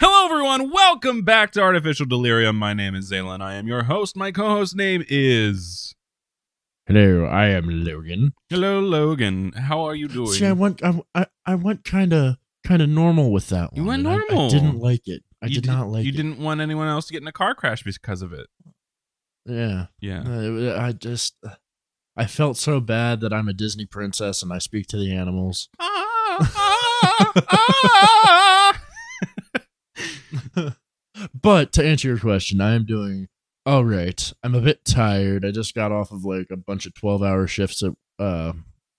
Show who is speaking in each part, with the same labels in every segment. Speaker 1: Hello, everyone. Welcome back to Artificial Delirium. My name is Zaylin. I am your host. My co host name is.
Speaker 2: Hello, I am Logan.
Speaker 1: Hello, Logan. How are you doing?
Speaker 2: See, I went, I, I, I went kind of, kind of normal with that one.
Speaker 1: You went
Speaker 2: and I- I,
Speaker 1: normal.
Speaker 2: didn't like it. I
Speaker 1: You
Speaker 2: did,
Speaker 1: di-
Speaker 2: not like
Speaker 1: You
Speaker 2: it.
Speaker 1: didn't want anyone else to get in a car crash because of it.
Speaker 2: Yeah.
Speaker 1: Yeah.
Speaker 2: Uh, I just, I felt so bad that I'm a Disney princess and I speak to the animals.
Speaker 1: Ah, ah, ah.
Speaker 2: But to answer your question, I am doing all right. I'm a bit tired. I just got off of like a bunch of 12-hour shifts at, uh,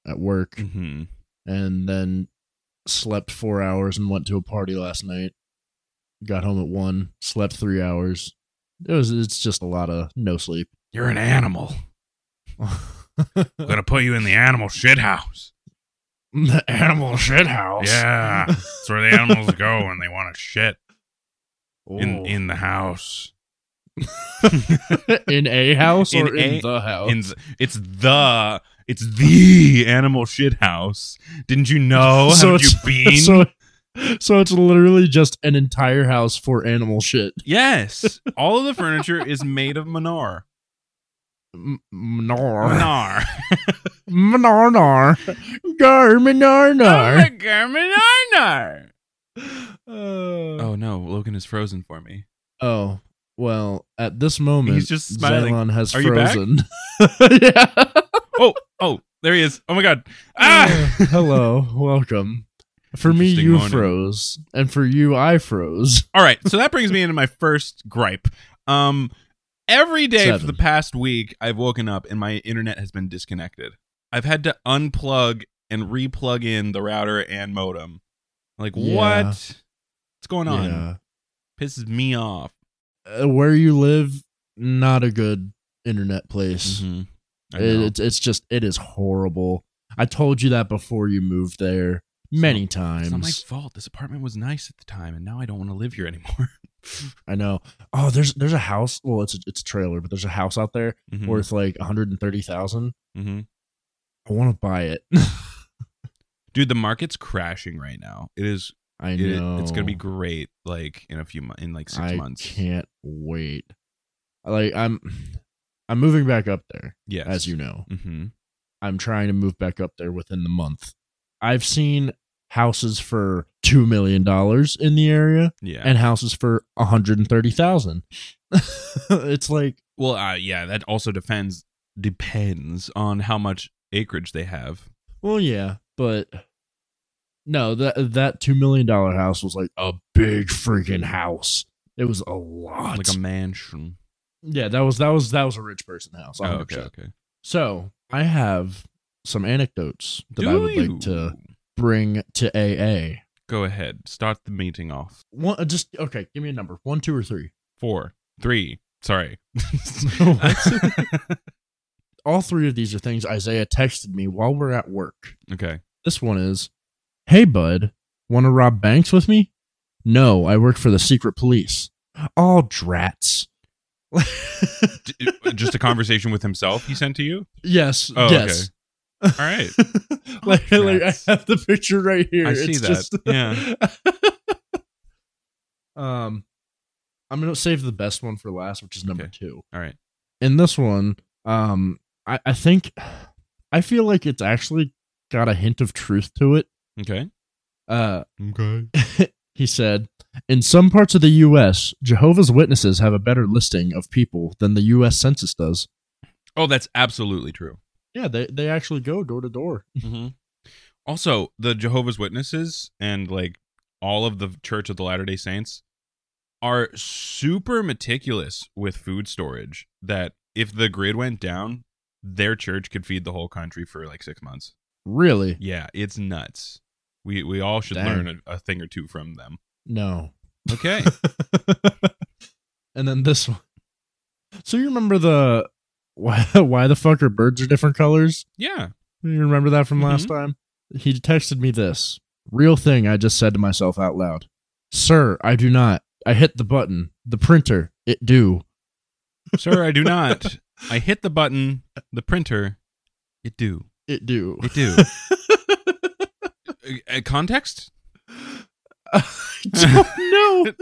Speaker 2: at work,
Speaker 1: Mhm.
Speaker 2: and then slept four hours and went to a party last night. Got home at one, slept three hours. It was it's just a lot of no sleep.
Speaker 1: You're an animal. I'm going to put you in the animal shithouse.
Speaker 2: the animal shit house.
Speaker 1: Yeah. That's where the animals go when they want to shit in,
Speaker 2: Ooh.
Speaker 1: in the house.
Speaker 2: in a house
Speaker 1: In
Speaker 2: or in
Speaker 1: a-
Speaker 2: the house.
Speaker 1: In, it's the it's the animal shit house. Didn't you know?
Speaker 2: So
Speaker 1: Haven't you been?
Speaker 2: so, so it's literally just an entire house for animal shit.
Speaker 1: yes, all of the furniture is made of manar.
Speaker 2: M- Mnar.
Speaker 1: Manar.
Speaker 2: Mnar. Nar. Gar mnar
Speaker 1: Oh
Speaker 2: nar.
Speaker 1: Manar.
Speaker 2: Oh.
Speaker 1: Oh no, Logan is frozen for me.
Speaker 2: Oh well, at this moment,
Speaker 1: He's just smiling.
Speaker 2: Xylon has
Speaker 1: Are you back?
Speaker 2: frozen. yeah.
Speaker 1: Oh, oh, there he is. Oh my god. Ah.
Speaker 2: Uh, hello, welcome. For me,
Speaker 1: Interesting
Speaker 2: you
Speaker 1: morning.
Speaker 2: froze, and for you, I froze.
Speaker 1: All right, so that brings me into my first gripe. Um every day for
Speaker 2: Seven.
Speaker 1: the past week I've woken up and my internet has been disconnected. I've had to unplug and replug in the router and modem. Like
Speaker 2: Yeah.
Speaker 1: what? What's going on? Pisses me off.
Speaker 2: Yeah. Uh, where you live, not a good internet place.
Speaker 1: Mhm. I
Speaker 2: It-
Speaker 1: know.
Speaker 2: it's it's just it is horrible. I told you that before you moved there many
Speaker 1: It's
Speaker 2: times.
Speaker 1: not my fault. This apartment was nice at the time, and now I don't want to live here anymore.
Speaker 2: I know. Oh, there's there's a house. Well, it's a, it's a trailer, but there's a house out there
Speaker 1: Mm-hmm.
Speaker 2: worth like one hundred and thirty thousand.
Speaker 1: Mhm.
Speaker 2: I want to buy it.
Speaker 1: Dude, the market's crashing right now. It is.
Speaker 2: I
Speaker 1: It,
Speaker 2: know
Speaker 1: it's gonna be great. Like in a few months, in like six
Speaker 2: I
Speaker 1: months.
Speaker 2: can't wait. Like I'm, I'm moving back up there,
Speaker 1: yes.
Speaker 2: as you know.
Speaker 1: hmm
Speaker 2: I'm trying to move back up there within the month. I've seen houses for two million dollars in the area
Speaker 1: Yeah.
Speaker 2: and houses for a hundred and thirty thousand. it's like
Speaker 1: well, uh, yeah. That also depends depends on how much acreage they have.
Speaker 2: Well, yeah, but no, that that two million dollar house was like a big freaking house. It was a lot.
Speaker 1: Like a mansion.
Speaker 2: yeah, that was that was that was a rich person house.
Speaker 1: Oh,
Speaker 2: 100%.
Speaker 1: okay. Okay.
Speaker 2: So I have some anecdotes that I
Speaker 1: Do
Speaker 2: would
Speaker 1: you?
Speaker 2: like to bring to AA.
Speaker 1: go ahead. Start the meeting off.
Speaker 2: One, uh, just okay. Give me a number. One, two, or three.
Speaker 1: Four, three. Sorry.
Speaker 2: All three of these are things Isaiah texted me while we're at work.
Speaker 1: okay.
Speaker 2: This one is, "Hey bud, want to rob banks with me?" No, I work for the secret police. All drats.
Speaker 1: D- uh, just a conversation with himself. He sent to you.
Speaker 2: yes.
Speaker 1: Oh,
Speaker 2: yes.
Speaker 1: All right.
Speaker 2: like, like I
Speaker 1: drats.
Speaker 2: have the picture right here.
Speaker 1: I see
Speaker 2: It's
Speaker 1: that.
Speaker 2: Just,
Speaker 1: Yeah.
Speaker 2: um, I'm gonna save the best one for last, which is number
Speaker 1: Okay.
Speaker 2: two.
Speaker 1: All right.
Speaker 2: In this one, um, I, I think I feel like it's actually got a hint of truth to it.
Speaker 1: Okay.
Speaker 2: Uh,
Speaker 1: Okay.
Speaker 2: he said, in some parts of the U.S., Jehovah's Witnesses have a better listing of people than the U.S. Census does.
Speaker 1: Oh, that's absolutely true.
Speaker 2: Yeah, they they actually go door to door.
Speaker 1: Also, the Jehovah's Witnesses and like all of the Church of the Latter Day Saints are super meticulous with food storage. That if the grid went down, their church could feed the whole country for like six months.
Speaker 2: Really?
Speaker 1: Yeah, it's nuts. We we all should
Speaker 2: Dang.
Speaker 1: learn a, a thing or two from them.
Speaker 2: No.
Speaker 1: Okay.
Speaker 2: and then this one. So you remember the why why the fuck are birds are different colors?
Speaker 1: yeah.
Speaker 2: You remember that from last time? He texted me this real thing I just said to myself out loud. Sir, I do not. I hit the button. The printer. It do.
Speaker 1: Sir, I do not. I hit the button, the printer, it do.
Speaker 2: It do.
Speaker 1: It do. Uh, uh, context?
Speaker 2: don't know.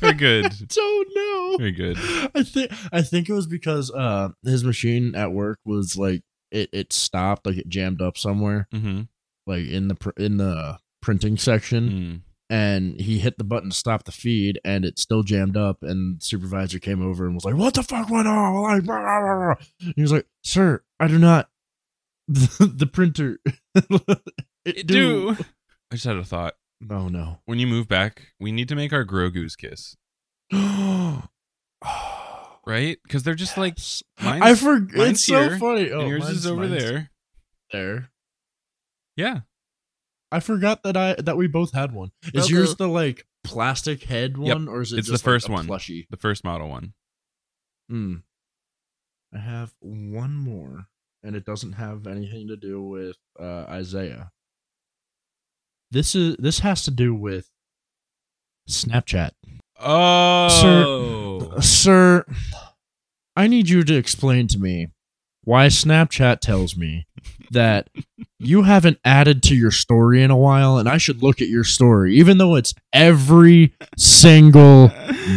Speaker 1: Very good.
Speaker 2: don't know.
Speaker 1: Very good.
Speaker 2: oh, I think I think it was because uh his machine at work was like it, it stopped like it jammed up somewhere
Speaker 1: Mm-hmm.
Speaker 2: like in the pr- in the printing section
Speaker 1: Mm.
Speaker 2: and he hit the button to stop the feed and it still jammed up and supervisor came over and was like what the fuck went on like blah, blah, blah, blah." he was like sir I do not the, printer it
Speaker 1: Do. I just had a thought.
Speaker 2: oh no
Speaker 1: When you move back, we need to make our Grogu's kiss, right? Because they're just like, mine's-
Speaker 2: I forgot.
Speaker 1: mine's
Speaker 2: It's so
Speaker 1: here,
Speaker 2: funny.
Speaker 1: and
Speaker 2: Oh,
Speaker 1: yours is
Speaker 2: mine's-
Speaker 1: over
Speaker 2: mine's
Speaker 1: there.
Speaker 2: There.
Speaker 1: Yeah.
Speaker 2: I forgot that I that we both had one. Is
Speaker 1: Velcro.
Speaker 2: yours the like plastic head
Speaker 1: Yep.
Speaker 2: one, or is it
Speaker 1: It's the
Speaker 2: just, like,
Speaker 1: first
Speaker 2: a
Speaker 1: one.
Speaker 2: Plushy.
Speaker 1: The first model one.
Speaker 2: Mm. I have one more, and it doesn't have anything to do with uh, Isaiah. This is this has to do with Snapchat,
Speaker 1: Oh.
Speaker 2: sir. I need you to explain to me why Snapchat tells me that you haven't added to your story in a while, and I should look at your story, even though it's every single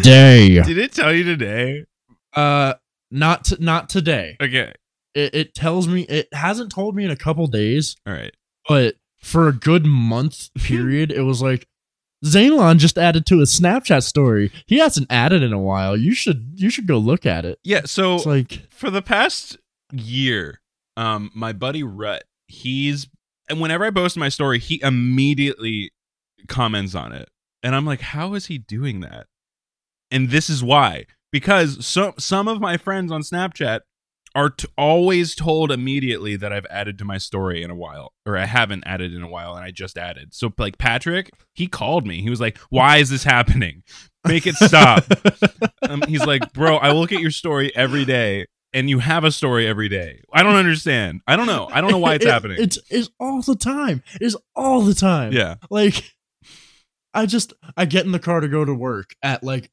Speaker 2: day.
Speaker 1: Did it tell you today?
Speaker 2: Uh, not t- not today.
Speaker 1: Okay.
Speaker 2: it, it tells me it hasn't told me in a couple days,
Speaker 1: All right.
Speaker 2: but for a good month period, it was like Zaylon just added to his Snapchat story. He hasn't added in a while. You should you should go look at it.
Speaker 1: Yeah. So
Speaker 2: It's like
Speaker 1: for the past year, um, my buddy Rut, he's and whenever I post my story, he immediately comments on it, and I'm like, how is he doing that? And this is why, because some some of my friends on Snapchat are t- always told immediately that I've added to my story in a while, or I haven't added in a while, and I just added. So like Patrick, he called me. He was like, why is this happening? Make it stop. Um, he's like, bro, I look at your story every day, and you have a story every day. I don't understand. I don't know. I don't know why it's
Speaker 2: It-
Speaker 1: happening.
Speaker 2: It's it's all the time. It's all the time.
Speaker 1: yeah,
Speaker 2: Like I just I get in the car to go to work at like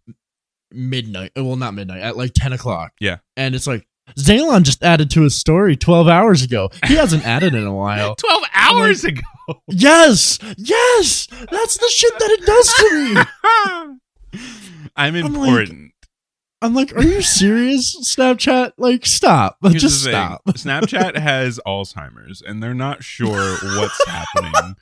Speaker 2: midnight. uh, Well, not midnight, at like ten o'clock.
Speaker 1: Yeah.
Speaker 2: And it's like Zaylon just added to his story twelve hours ago. He hasn't added in a while.
Speaker 1: twelve hours ago.
Speaker 2: Yes, yes, that's the shit that it does to me.
Speaker 1: I'm
Speaker 2: like,
Speaker 1: important.
Speaker 2: I'm like, are you serious, Snapchat? Like, stop,
Speaker 1: Here's
Speaker 2: just
Speaker 1: the thing.
Speaker 2: stop.
Speaker 1: Snapchat has Alzheimer's, and they're not sure what's happening,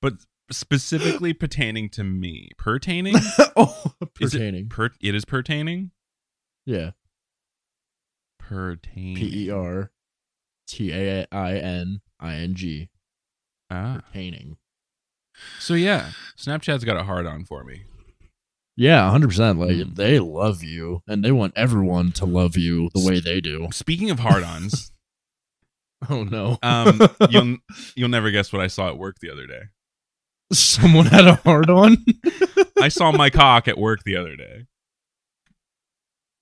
Speaker 1: but specifically pertaining to me. Pertaining?
Speaker 2: oh,
Speaker 1: Is it-
Speaker 2: pertaining,
Speaker 1: Per- it is pertaining.
Speaker 2: yeah,
Speaker 1: Pertaining.
Speaker 2: P E R T A I N I N G,
Speaker 1: Ah.
Speaker 2: pertaining.
Speaker 1: So yeah, Snapchat's got a hard on for me.
Speaker 2: Yeah, hundred percent. Like,
Speaker 1: Mm.
Speaker 2: they love you, and they want everyone to love you the way they do.
Speaker 1: Speaking of hard ons,
Speaker 2: Oh no,
Speaker 1: um, you'll you'll never guess what I saw at work the other day.
Speaker 2: someone had a hard on.
Speaker 1: I saw my cock at work the other day.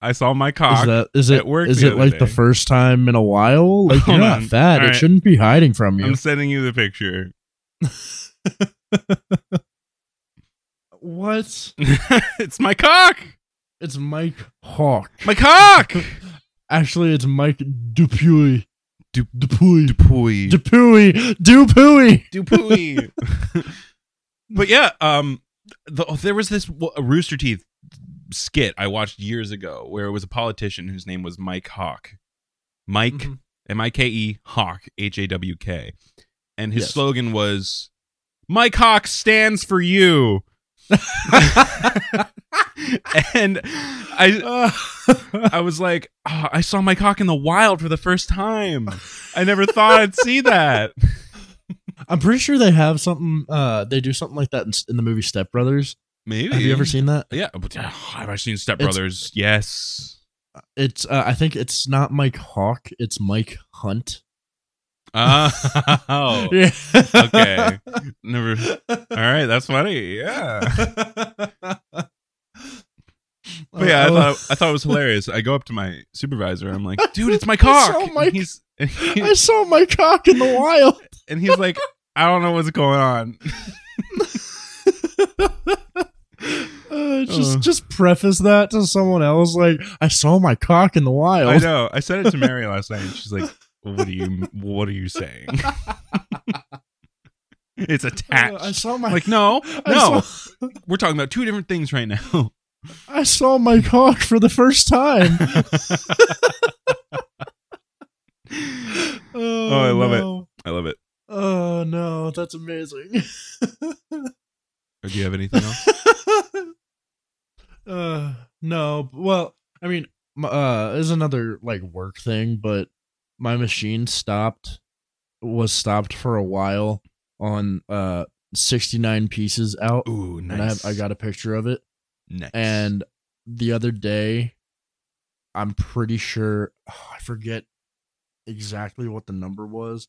Speaker 1: I saw my
Speaker 2: Is
Speaker 1: cock.
Speaker 2: that is
Speaker 1: at
Speaker 2: it?
Speaker 1: work
Speaker 2: Is
Speaker 1: the
Speaker 2: it
Speaker 1: other
Speaker 2: like the
Speaker 1: day.
Speaker 2: first time in a while? Like you're
Speaker 1: Hold
Speaker 2: not
Speaker 1: on.
Speaker 2: fat.
Speaker 1: All
Speaker 2: It
Speaker 1: right.
Speaker 2: shouldn't be hiding from you.
Speaker 1: I'm sending you the picture.
Speaker 2: What?
Speaker 1: it's my cock.
Speaker 2: It's Mike Hawk.
Speaker 1: My cock.
Speaker 2: Actually, it's Mike Dupuy.
Speaker 1: Du-
Speaker 2: Dupuy.
Speaker 1: Dupuy.
Speaker 2: Dupuy. Dupuy.
Speaker 1: Dupuy. but yeah, um, the, there was this w- Rooster Teeth skit I watched years ago where it was a politician whose name was Mike Hawk. Mike
Speaker 2: Mhm.
Speaker 1: M I K E Hawk H A W K, and his
Speaker 2: Yes.
Speaker 1: slogan was "Mike Hawk stands for you." and I, I was like, "Ah, I saw Mike Hawk in the wild for the first time. I never thought I'd see that.
Speaker 2: I'm pretty sure they have something. Uh, they do something like that in, in the movie Step Brothers.
Speaker 1: Maybe
Speaker 2: Have you ever seen that?
Speaker 1: Yeah, but, ah, have I seen Step
Speaker 2: It's-
Speaker 1: Brothers? Yes.
Speaker 2: It's. Uh, I think it's not Mike Hawk. It's Mike Hunt.
Speaker 1: Oh,
Speaker 2: Yeah.
Speaker 1: okay. never. All right, that's funny. Yeah. But yeah, I
Speaker 2: Uh, Oh.
Speaker 1: thought I thought it was hilarious. I go up to my supervisor. I'm like, dude, it's my cock.
Speaker 2: So, Mike-
Speaker 1: and he's and, he-
Speaker 2: I saw my cock in the wild.
Speaker 1: and he's like, I don't know what's going on.
Speaker 2: Uh, just
Speaker 1: Uh.
Speaker 2: just preface that to someone else like I saw my cock in the
Speaker 1: I
Speaker 2: wild. Uh,
Speaker 1: know. I said it to Mary last night. And she's like, What are you? What are you saying? It's
Speaker 2: I
Speaker 1: attached.
Speaker 2: saw my
Speaker 1: Like no,
Speaker 2: I
Speaker 1: no.
Speaker 2: saw-
Speaker 1: We're talking about two different things right now.
Speaker 2: I saw my cock for the first time. oh,
Speaker 1: I love it.
Speaker 2: no.
Speaker 1: I love it.
Speaker 2: Oh no, that's amazing.
Speaker 1: Or do you have anything else?
Speaker 2: uh, no, well, I mean, m- uh, is another like work thing, but my machine stopped, was stopped for a while on uh 69 pieces out,
Speaker 1: Ooh,
Speaker 2: and I, have, I got a picture of it.
Speaker 1: nice.
Speaker 2: And the other day, I'm pretty sure I forget exactly what the number was,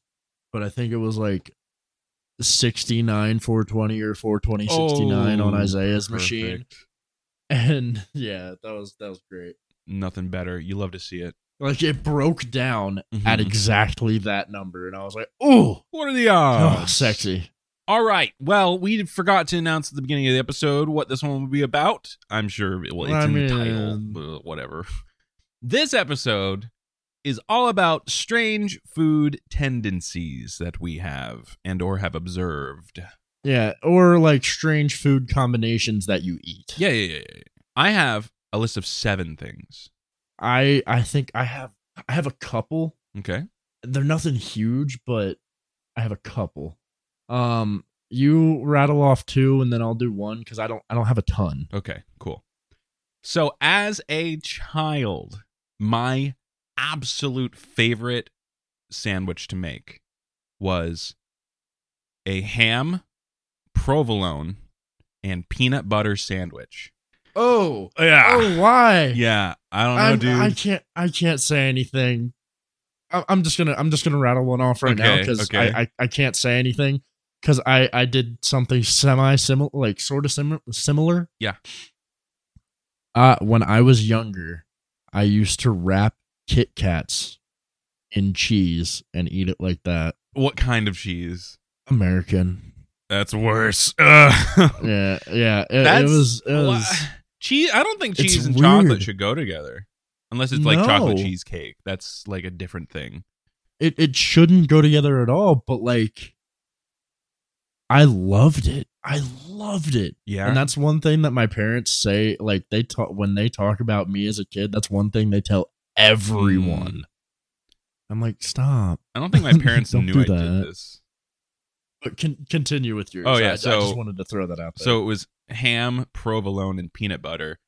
Speaker 2: but I think it was like 69 420 or 420 69 on
Speaker 1: Oh,
Speaker 2: Isaiah's machine.
Speaker 1: Perfect.
Speaker 2: And yeah, that was that was great.
Speaker 1: Nothing better. You love to see it.
Speaker 2: Like it broke down at
Speaker 1: Mhm.
Speaker 2: exactly that number, and I was like, "Ooh,
Speaker 1: What are the
Speaker 2: oh,
Speaker 1: odds?
Speaker 2: sexy."
Speaker 1: All right. Well, we forgot to announce at the beginning of the episode what this one will be about. I'm sure well, it's
Speaker 2: I
Speaker 1: in
Speaker 2: mean-
Speaker 1: the title, but whatever. This episode is all about strange food tendencies that we have and or have observed.
Speaker 2: Yeah, or like strange food combinations that you eat.
Speaker 1: Yeah, yeah, yeah. yeah. I have a list of 7 things.
Speaker 2: I I think I have I have a couple
Speaker 1: Okay.
Speaker 2: they're nothing huge, but I have a couple. Um, you rattle off two, and then I'll do one because I don't I don't have a ton.
Speaker 1: Okay, cool. So, as a child, my absolute favorite sandwich to make was a ham, provolone, and peanut butter sandwich.
Speaker 2: Oh,
Speaker 1: Yeah.
Speaker 2: oh, why?
Speaker 1: Yeah, I don't know,
Speaker 2: I'm,
Speaker 1: dude.
Speaker 2: I can't I can't say anything. I- I'm just gonna I'm just gonna rattle one off right now
Speaker 1: Okay,
Speaker 2: because
Speaker 1: okay.
Speaker 2: I, I I can't say anything because I I did something semi similar like sort of sim- similar.
Speaker 1: Yeah.
Speaker 2: Uh, when I was younger, I used to wrap Kit Kats in cheese and eat it like that.
Speaker 1: what kind of cheese?
Speaker 2: American.
Speaker 1: That's worse. Ugh.
Speaker 2: Yeah, yeah. It, it
Speaker 1: That's
Speaker 2: was. It
Speaker 1: wha-
Speaker 2: was
Speaker 1: cheese. I don't think
Speaker 2: It's
Speaker 1: cheese and chocolate
Speaker 2: weird.
Speaker 1: should go together, unless it's like chocolate
Speaker 2: No.
Speaker 1: cheesecake. That's like a different thing.
Speaker 2: it, it shouldn't go together at all, but like, I loved it. I loved it.
Speaker 1: Yeah,
Speaker 2: And that's one thing that my parents say. Like, they talk when they talk about me as a kid, that's one thing they tell everyone.
Speaker 1: Mm.
Speaker 2: I'm like, stop.
Speaker 1: I don't think my parents
Speaker 2: Don't
Speaker 1: knew
Speaker 2: do
Speaker 1: I
Speaker 2: that.
Speaker 1: did this.
Speaker 2: But con- continue with yours.
Speaker 1: Oh, yeah,
Speaker 2: I, I
Speaker 1: so-
Speaker 2: just wanted to throw that out there.
Speaker 1: So it was ham, provolone, and peanut butter.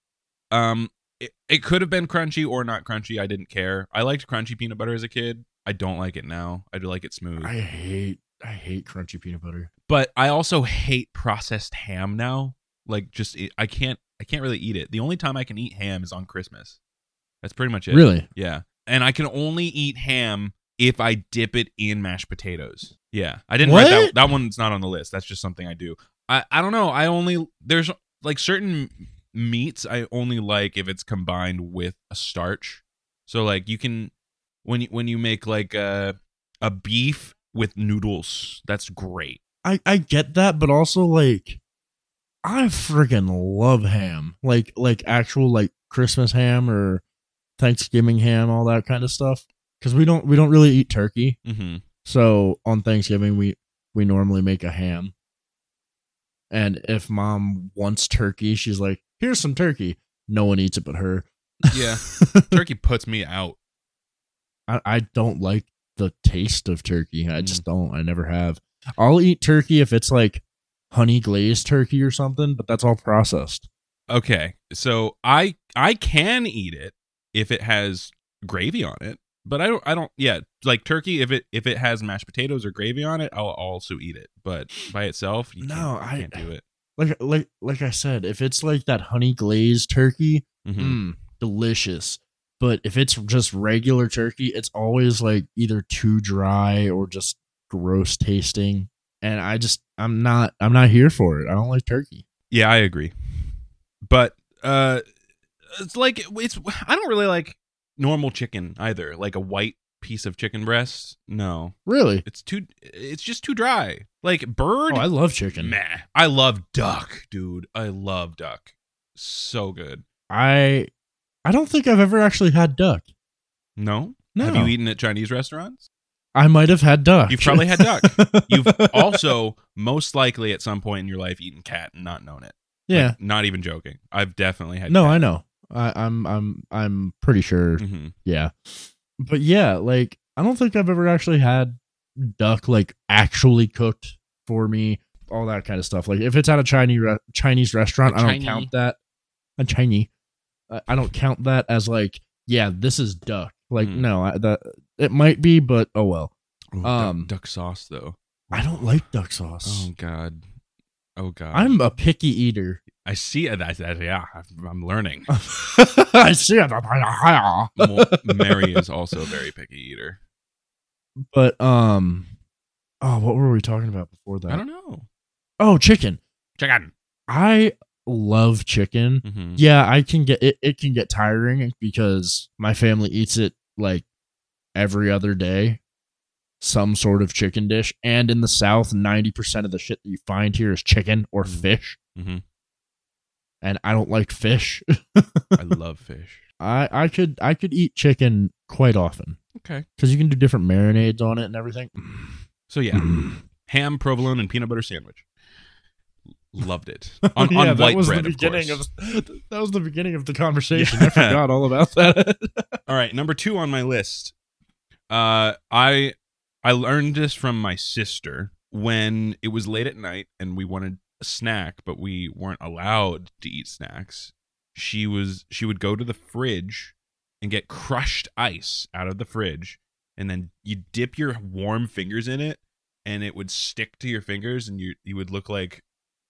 Speaker 1: Um, it, it could have been crunchy or not crunchy. I didn't care. I liked crunchy peanut butter as a kid. I don't like it now. I do like it smooth.
Speaker 2: I hate, I hate crunchy peanut butter.
Speaker 1: but I also hate processed ham now. Like just it, I can't I can't really eat it. The only time I can eat ham is on Christmas. That's pretty much it.
Speaker 2: Really?
Speaker 1: Yeah. And I can only eat ham if I dip it in mashed potatoes. Yeah. I didn't write that
Speaker 2: What?
Speaker 1: that one's not on the list. That's just something I do. I, I don't know. I only there's like certain meats I only like if it's combined with a starch. So like you can when you when you make like a a beef with noodles, that's great.
Speaker 2: I I get that, but also like I freaking love ham. Like like actual like Christmas ham or Thanksgiving ham, all that kind of stuff. Cuz we don't we don't really eat turkey.
Speaker 1: Mm-hmm.
Speaker 2: So on Thanksgiving we we normally make a ham. And if mom wants turkey, she's like, "Here's some turkey." No one eats it but her.
Speaker 1: Yeah. Turkey puts me out.
Speaker 2: I, I don't like the taste of turkey. I just don't. I never have. I'll eat turkey if it's like honey glazed turkey or something, but that's all processed.
Speaker 1: Okay. So I I can eat it if it has gravy on it, but I don't I don't yeah, like turkey if it if it has mashed potatoes or gravy on it, I'll also eat it. But by itself, you
Speaker 2: No,
Speaker 1: can't, you
Speaker 2: I-
Speaker 1: can't do it.
Speaker 2: Like like like I said, if it's like that honey glazed turkey,
Speaker 1: Mhm.
Speaker 2: mm, delicious. But if it's just regular turkey, it's always like either too dry or just gross tasting. And I just I'm not I'm not here for it. I don't like turkey.
Speaker 1: Yeah, I agree. But uh it's like it's I don't really like normal chicken either, like a white piece of chicken breast. No.
Speaker 2: Really?
Speaker 1: It's too it's just too dry. Like bird
Speaker 2: Oh, I love chicken.
Speaker 1: Meh. I love duck, dude. I love duck. So good.
Speaker 2: I I don't think I've ever actually had duck.
Speaker 1: No?
Speaker 2: No.
Speaker 1: Have you eaten at Chinese restaurants?
Speaker 2: I might have had duck.
Speaker 1: You've probably had duck. You've also most likely at some point in your life eaten cat and not known it. Like,
Speaker 2: yeah.
Speaker 1: not even joking. I've definitely had
Speaker 2: no,
Speaker 1: cat.
Speaker 2: I know. I, I'm I'm I'm pretty sure.
Speaker 1: Mhm.
Speaker 2: Yeah. But yeah, like I don't think I've ever actually had duck like actually cooked for me, all that kind of stuff. Like if it's at a Chinese re- Chinese restaurant, I I don't
Speaker 1: Chinese.
Speaker 2: count that. A Chinese, I, I don't count that as like yeah, this is duck. Like
Speaker 1: Mm.
Speaker 2: no, I, that it might be, but oh well.
Speaker 1: Ooh, duck-
Speaker 2: Um,
Speaker 1: duck, sauce though.
Speaker 2: I don't like duck sauce.
Speaker 1: Oh god. Oh god.
Speaker 2: I'm a picky eater.
Speaker 1: I see that. that yeah, I'm- I'm learning.
Speaker 2: I see it.
Speaker 1: Mo- Mary is also a very picky eater.
Speaker 2: But um, oh, what were we talking about before that?
Speaker 1: I don't know.
Speaker 2: Oh, chicken.
Speaker 1: Chicken.
Speaker 2: I love chicken.
Speaker 1: Mm-hmm.
Speaker 2: Yeah, I can get it. It can get tiring because my family eats it like every other day, some sort of chicken dish. And in the South, ninety percent of the shit that you find here is chicken or
Speaker 1: Mhm.
Speaker 2: fish.
Speaker 1: Mhm.
Speaker 2: And I don't like fish.
Speaker 1: I love fish.
Speaker 2: I I could I could eat chicken quite often
Speaker 1: Okay.
Speaker 2: because you can do different marinades on it and everything.
Speaker 1: So yeah,
Speaker 2: Mm.
Speaker 1: ham, provolone, and peanut butter sandwich. Loved it on,
Speaker 2: Yeah,
Speaker 1: on
Speaker 2: that
Speaker 1: white
Speaker 2: was
Speaker 1: bread.
Speaker 2: the beginning
Speaker 1: of course.
Speaker 2: that was the beginning of the conversation.
Speaker 1: Yeah.
Speaker 2: I forgot all about that.
Speaker 1: All right, number two on my list. Uh, I I learned this from my sister when it was late at night and we wanted a snack, but we weren't allowed to eat snacks. She was she would go to the fridge and get crushed ice out of the fridge, and then you dip your warm fingers in it, and it would stick to your fingers, and you you would look like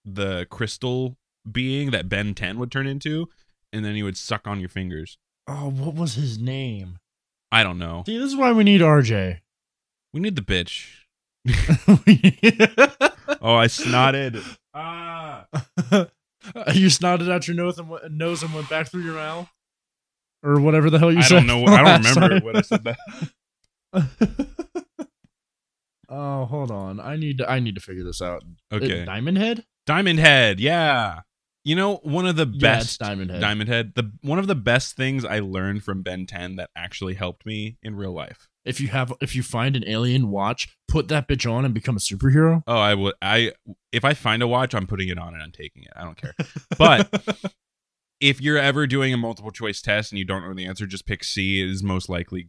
Speaker 1: the crystal being that Ben Ten would turn into, and then you would suck on your fingers.
Speaker 2: oh, what was his name?
Speaker 1: I don't know.
Speaker 2: See, this is why we need RJ.
Speaker 1: We need the bitch. Oh, I snotted. ah.
Speaker 2: Uh, you snotted out your nose and, went, nose and went back through your mouth, or whatever the hell you
Speaker 1: I
Speaker 2: said.
Speaker 1: don't know. I don't
Speaker 2: last
Speaker 1: remember
Speaker 2: time.
Speaker 1: what I said. That.
Speaker 2: oh, hold on. I need to. I need to figure this out.
Speaker 1: Okay.
Speaker 2: Diamond Head.
Speaker 1: Diamond Head. Yeah. You know, one of the
Speaker 2: Yeah, it's
Speaker 1: best
Speaker 2: Diamond Head.
Speaker 1: Diamond Head. The one of the best things I learned from Ben 10 that actually helped me in real life.
Speaker 2: if you have, if you find an alien watch, put that bitch on and become a superhero.
Speaker 1: Oh, I would I if I find a watch, I'm putting it on and I'm taking it. I don't care. But if you're ever doing a multiple choice test and you don't know the answer, just pick C It is most likely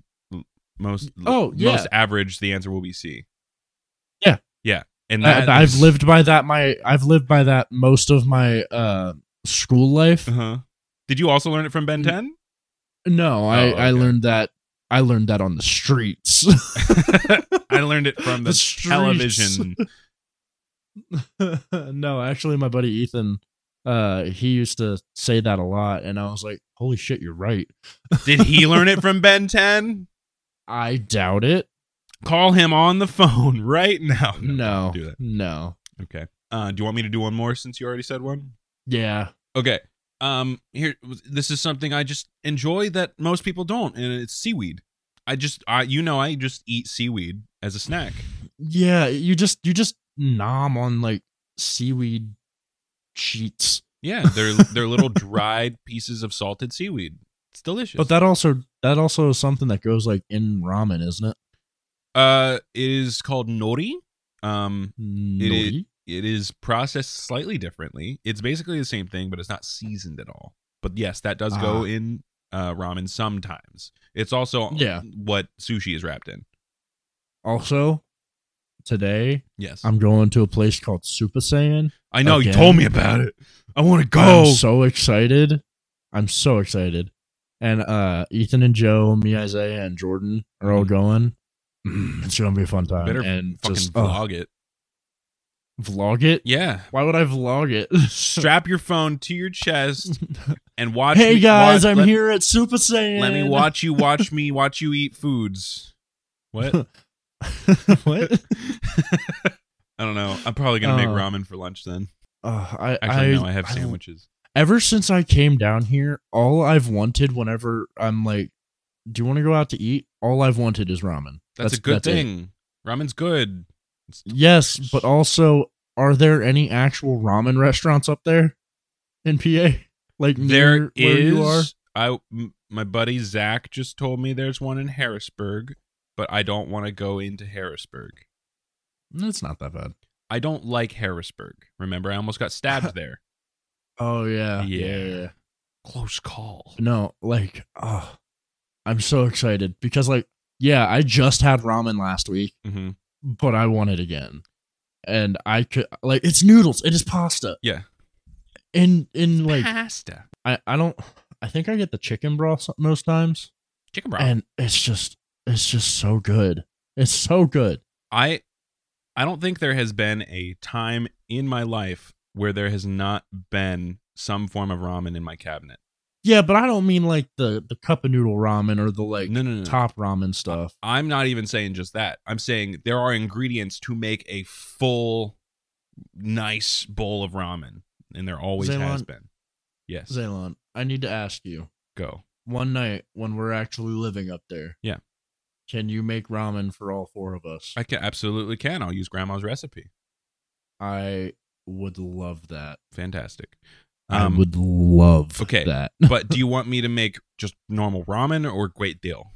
Speaker 1: most
Speaker 2: Oh, yeah.
Speaker 1: most average, the answer will be C.
Speaker 2: Yeah.
Speaker 1: Yeah. And
Speaker 2: I-
Speaker 1: that
Speaker 2: I've
Speaker 1: is-
Speaker 2: lived by that my I've lived by that most of my uh school life.
Speaker 1: Uh-huh. Did you also learn it from Ben 10?
Speaker 2: No, I
Speaker 1: Oh,
Speaker 2: I
Speaker 1: okay.
Speaker 2: learned that I learned that on the streets.
Speaker 1: I learned it from the,
Speaker 2: streets.
Speaker 1: television.
Speaker 2: no, actually my buddy Ethan uh he used to say that a lot and I was like, "Holy shit, you're right."
Speaker 1: Did he learn it from Ben 10?
Speaker 2: I doubt it.
Speaker 1: Call him on the phone right now.
Speaker 2: No.
Speaker 1: don't Do that.
Speaker 2: No.
Speaker 1: Okay. Uh, do you want me to do one more since you already said one?
Speaker 2: Yeah.
Speaker 1: Okay. Um here this is something I just enjoy that most people don't and it's seaweed. I just I you know I just eat seaweed as a snack.
Speaker 2: Yeah, you just you just nom on like seaweed sheets.
Speaker 1: Yeah, they're they're little dried pieces of salted seaweed. It's delicious.
Speaker 2: But that also that also is something that goes like in ramen, isn't it?
Speaker 1: uh it is called nori. Um It is-
Speaker 2: Nori?
Speaker 1: it is processed slightly differently. It's basically the same thing, but it's not seasoned at all. But yes, that does
Speaker 2: Ah.
Speaker 1: go in uh, ramen sometimes. It's also
Speaker 2: Yeah.
Speaker 1: what sushi is wrapped in.
Speaker 2: Also, today
Speaker 1: Yes, i
Speaker 2: I'm going to a place called Super Saiyan.
Speaker 1: know you
Speaker 2: again.
Speaker 1: told me about it. I want to go.
Speaker 2: I'm so excited. I'm so excited. And uh Ethan and Joe, me, Isaiah, and Jordan are all going. Mm, It's gonna be a fun time.
Speaker 1: Better
Speaker 2: and
Speaker 1: Fucking
Speaker 2: just uh,
Speaker 1: vlog it.
Speaker 2: vlog it.
Speaker 1: Yeah,
Speaker 2: Why would I vlog it?
Speaker 1: strap your phone to your chest and watch.
Speaker 2: hey
Speaker 1: me-
Speaker 2: guys,
Speaker 1: watch-
Speaker 2: I'm
Speaker 1: let-
Speaker 2: here at Super Saiyan.
Speaker 1: Let me watch you watch me watch you eat foods. What?
Speaker 2: what?
Speaker 1: I don't know. I'm probably gonna make
Speaker 2: Uh,
Speaker 1: ramen for lunch then.
Speaker 2: Uh, I
Speaker 1: Actually,
Speaker 2: I,
Speaker 1: no. I have
Speaker 2: sandwiches.
Speaker 1: sandwiches.
Speaker 2: ever since I came down here, all I've wanted whenever I'm like, do you want to go out to eat? All I've wanted is ramen.
Speaker 1: That's, a good
Speaker 2: it.
Speaker 1: thing. Ramen's good. It's
Speaker 2: Yes, but also, are there any actual ramen restaurants up there in PA? Like
Speaker 1: There
Speaker 2: near where you are?
Speaker 1: is. I m- my buddy Zach just told me there's one in Harrisburg, but I don't want to go into Harrisburg.
Speaker 2: That's not that bad.
Speaker 1: I don't like Harrisburg. Remember, I almost got stabbed there.
Speaker 2: Oh yeah.
Speaker 1: Yeah.
Speaker 2: yeah.
Speaker 1: Close call.
Speaker 2: No, like, oh, I'm so excited because, like, yeah, I just had ramen last week,
Speaker 1: hmm
Speaker 2: but I want it again, and I could like it's noodles, it is pasta.
Speaker 1: Yeah.
Speaker 2: In in like
Speaker 1: Pasta,
Speaker 2: I I don't I think I get the chicken broth so- most times,
Speaker 1: chicken broth.
Speaker 2: and it's just it's just so good. It's so good.
Speaker 1: I I don't think there has been a time in my life where there has not been some form of ramen in my cabinet.
Speaker 2: Yeah, but I don't mean like the the cup of noodle ramen or the like
Speaker 1: no, no, no. no.
Speaker 2: top ramen stuff.
Speaker 1: I'm not even saying just that. I'm saying there are ingredients to make a full, nice bowl of ramen, and there always has
Speaker 2: Zaylon-
Speaker 1: been. Yes,
Speaker 2: Zaylon, I need to ask you.
Speaker 1: go.
Speaker 2: one night when we're actually living up there.
Speaker 1: Yeah.
Speaker 2: Can you make ramen for all four of us? I,
Speaker 1: I can absolutely can. I'll use grandma's recipe.
Speaker 2: would love that.
Speaker 1: Fantastic.
Speaker 2: I would love
Speaker 1: Um, okay.
Speaker 2: that.
Speaker 1: but do you want me to make just normal ramen or great deal?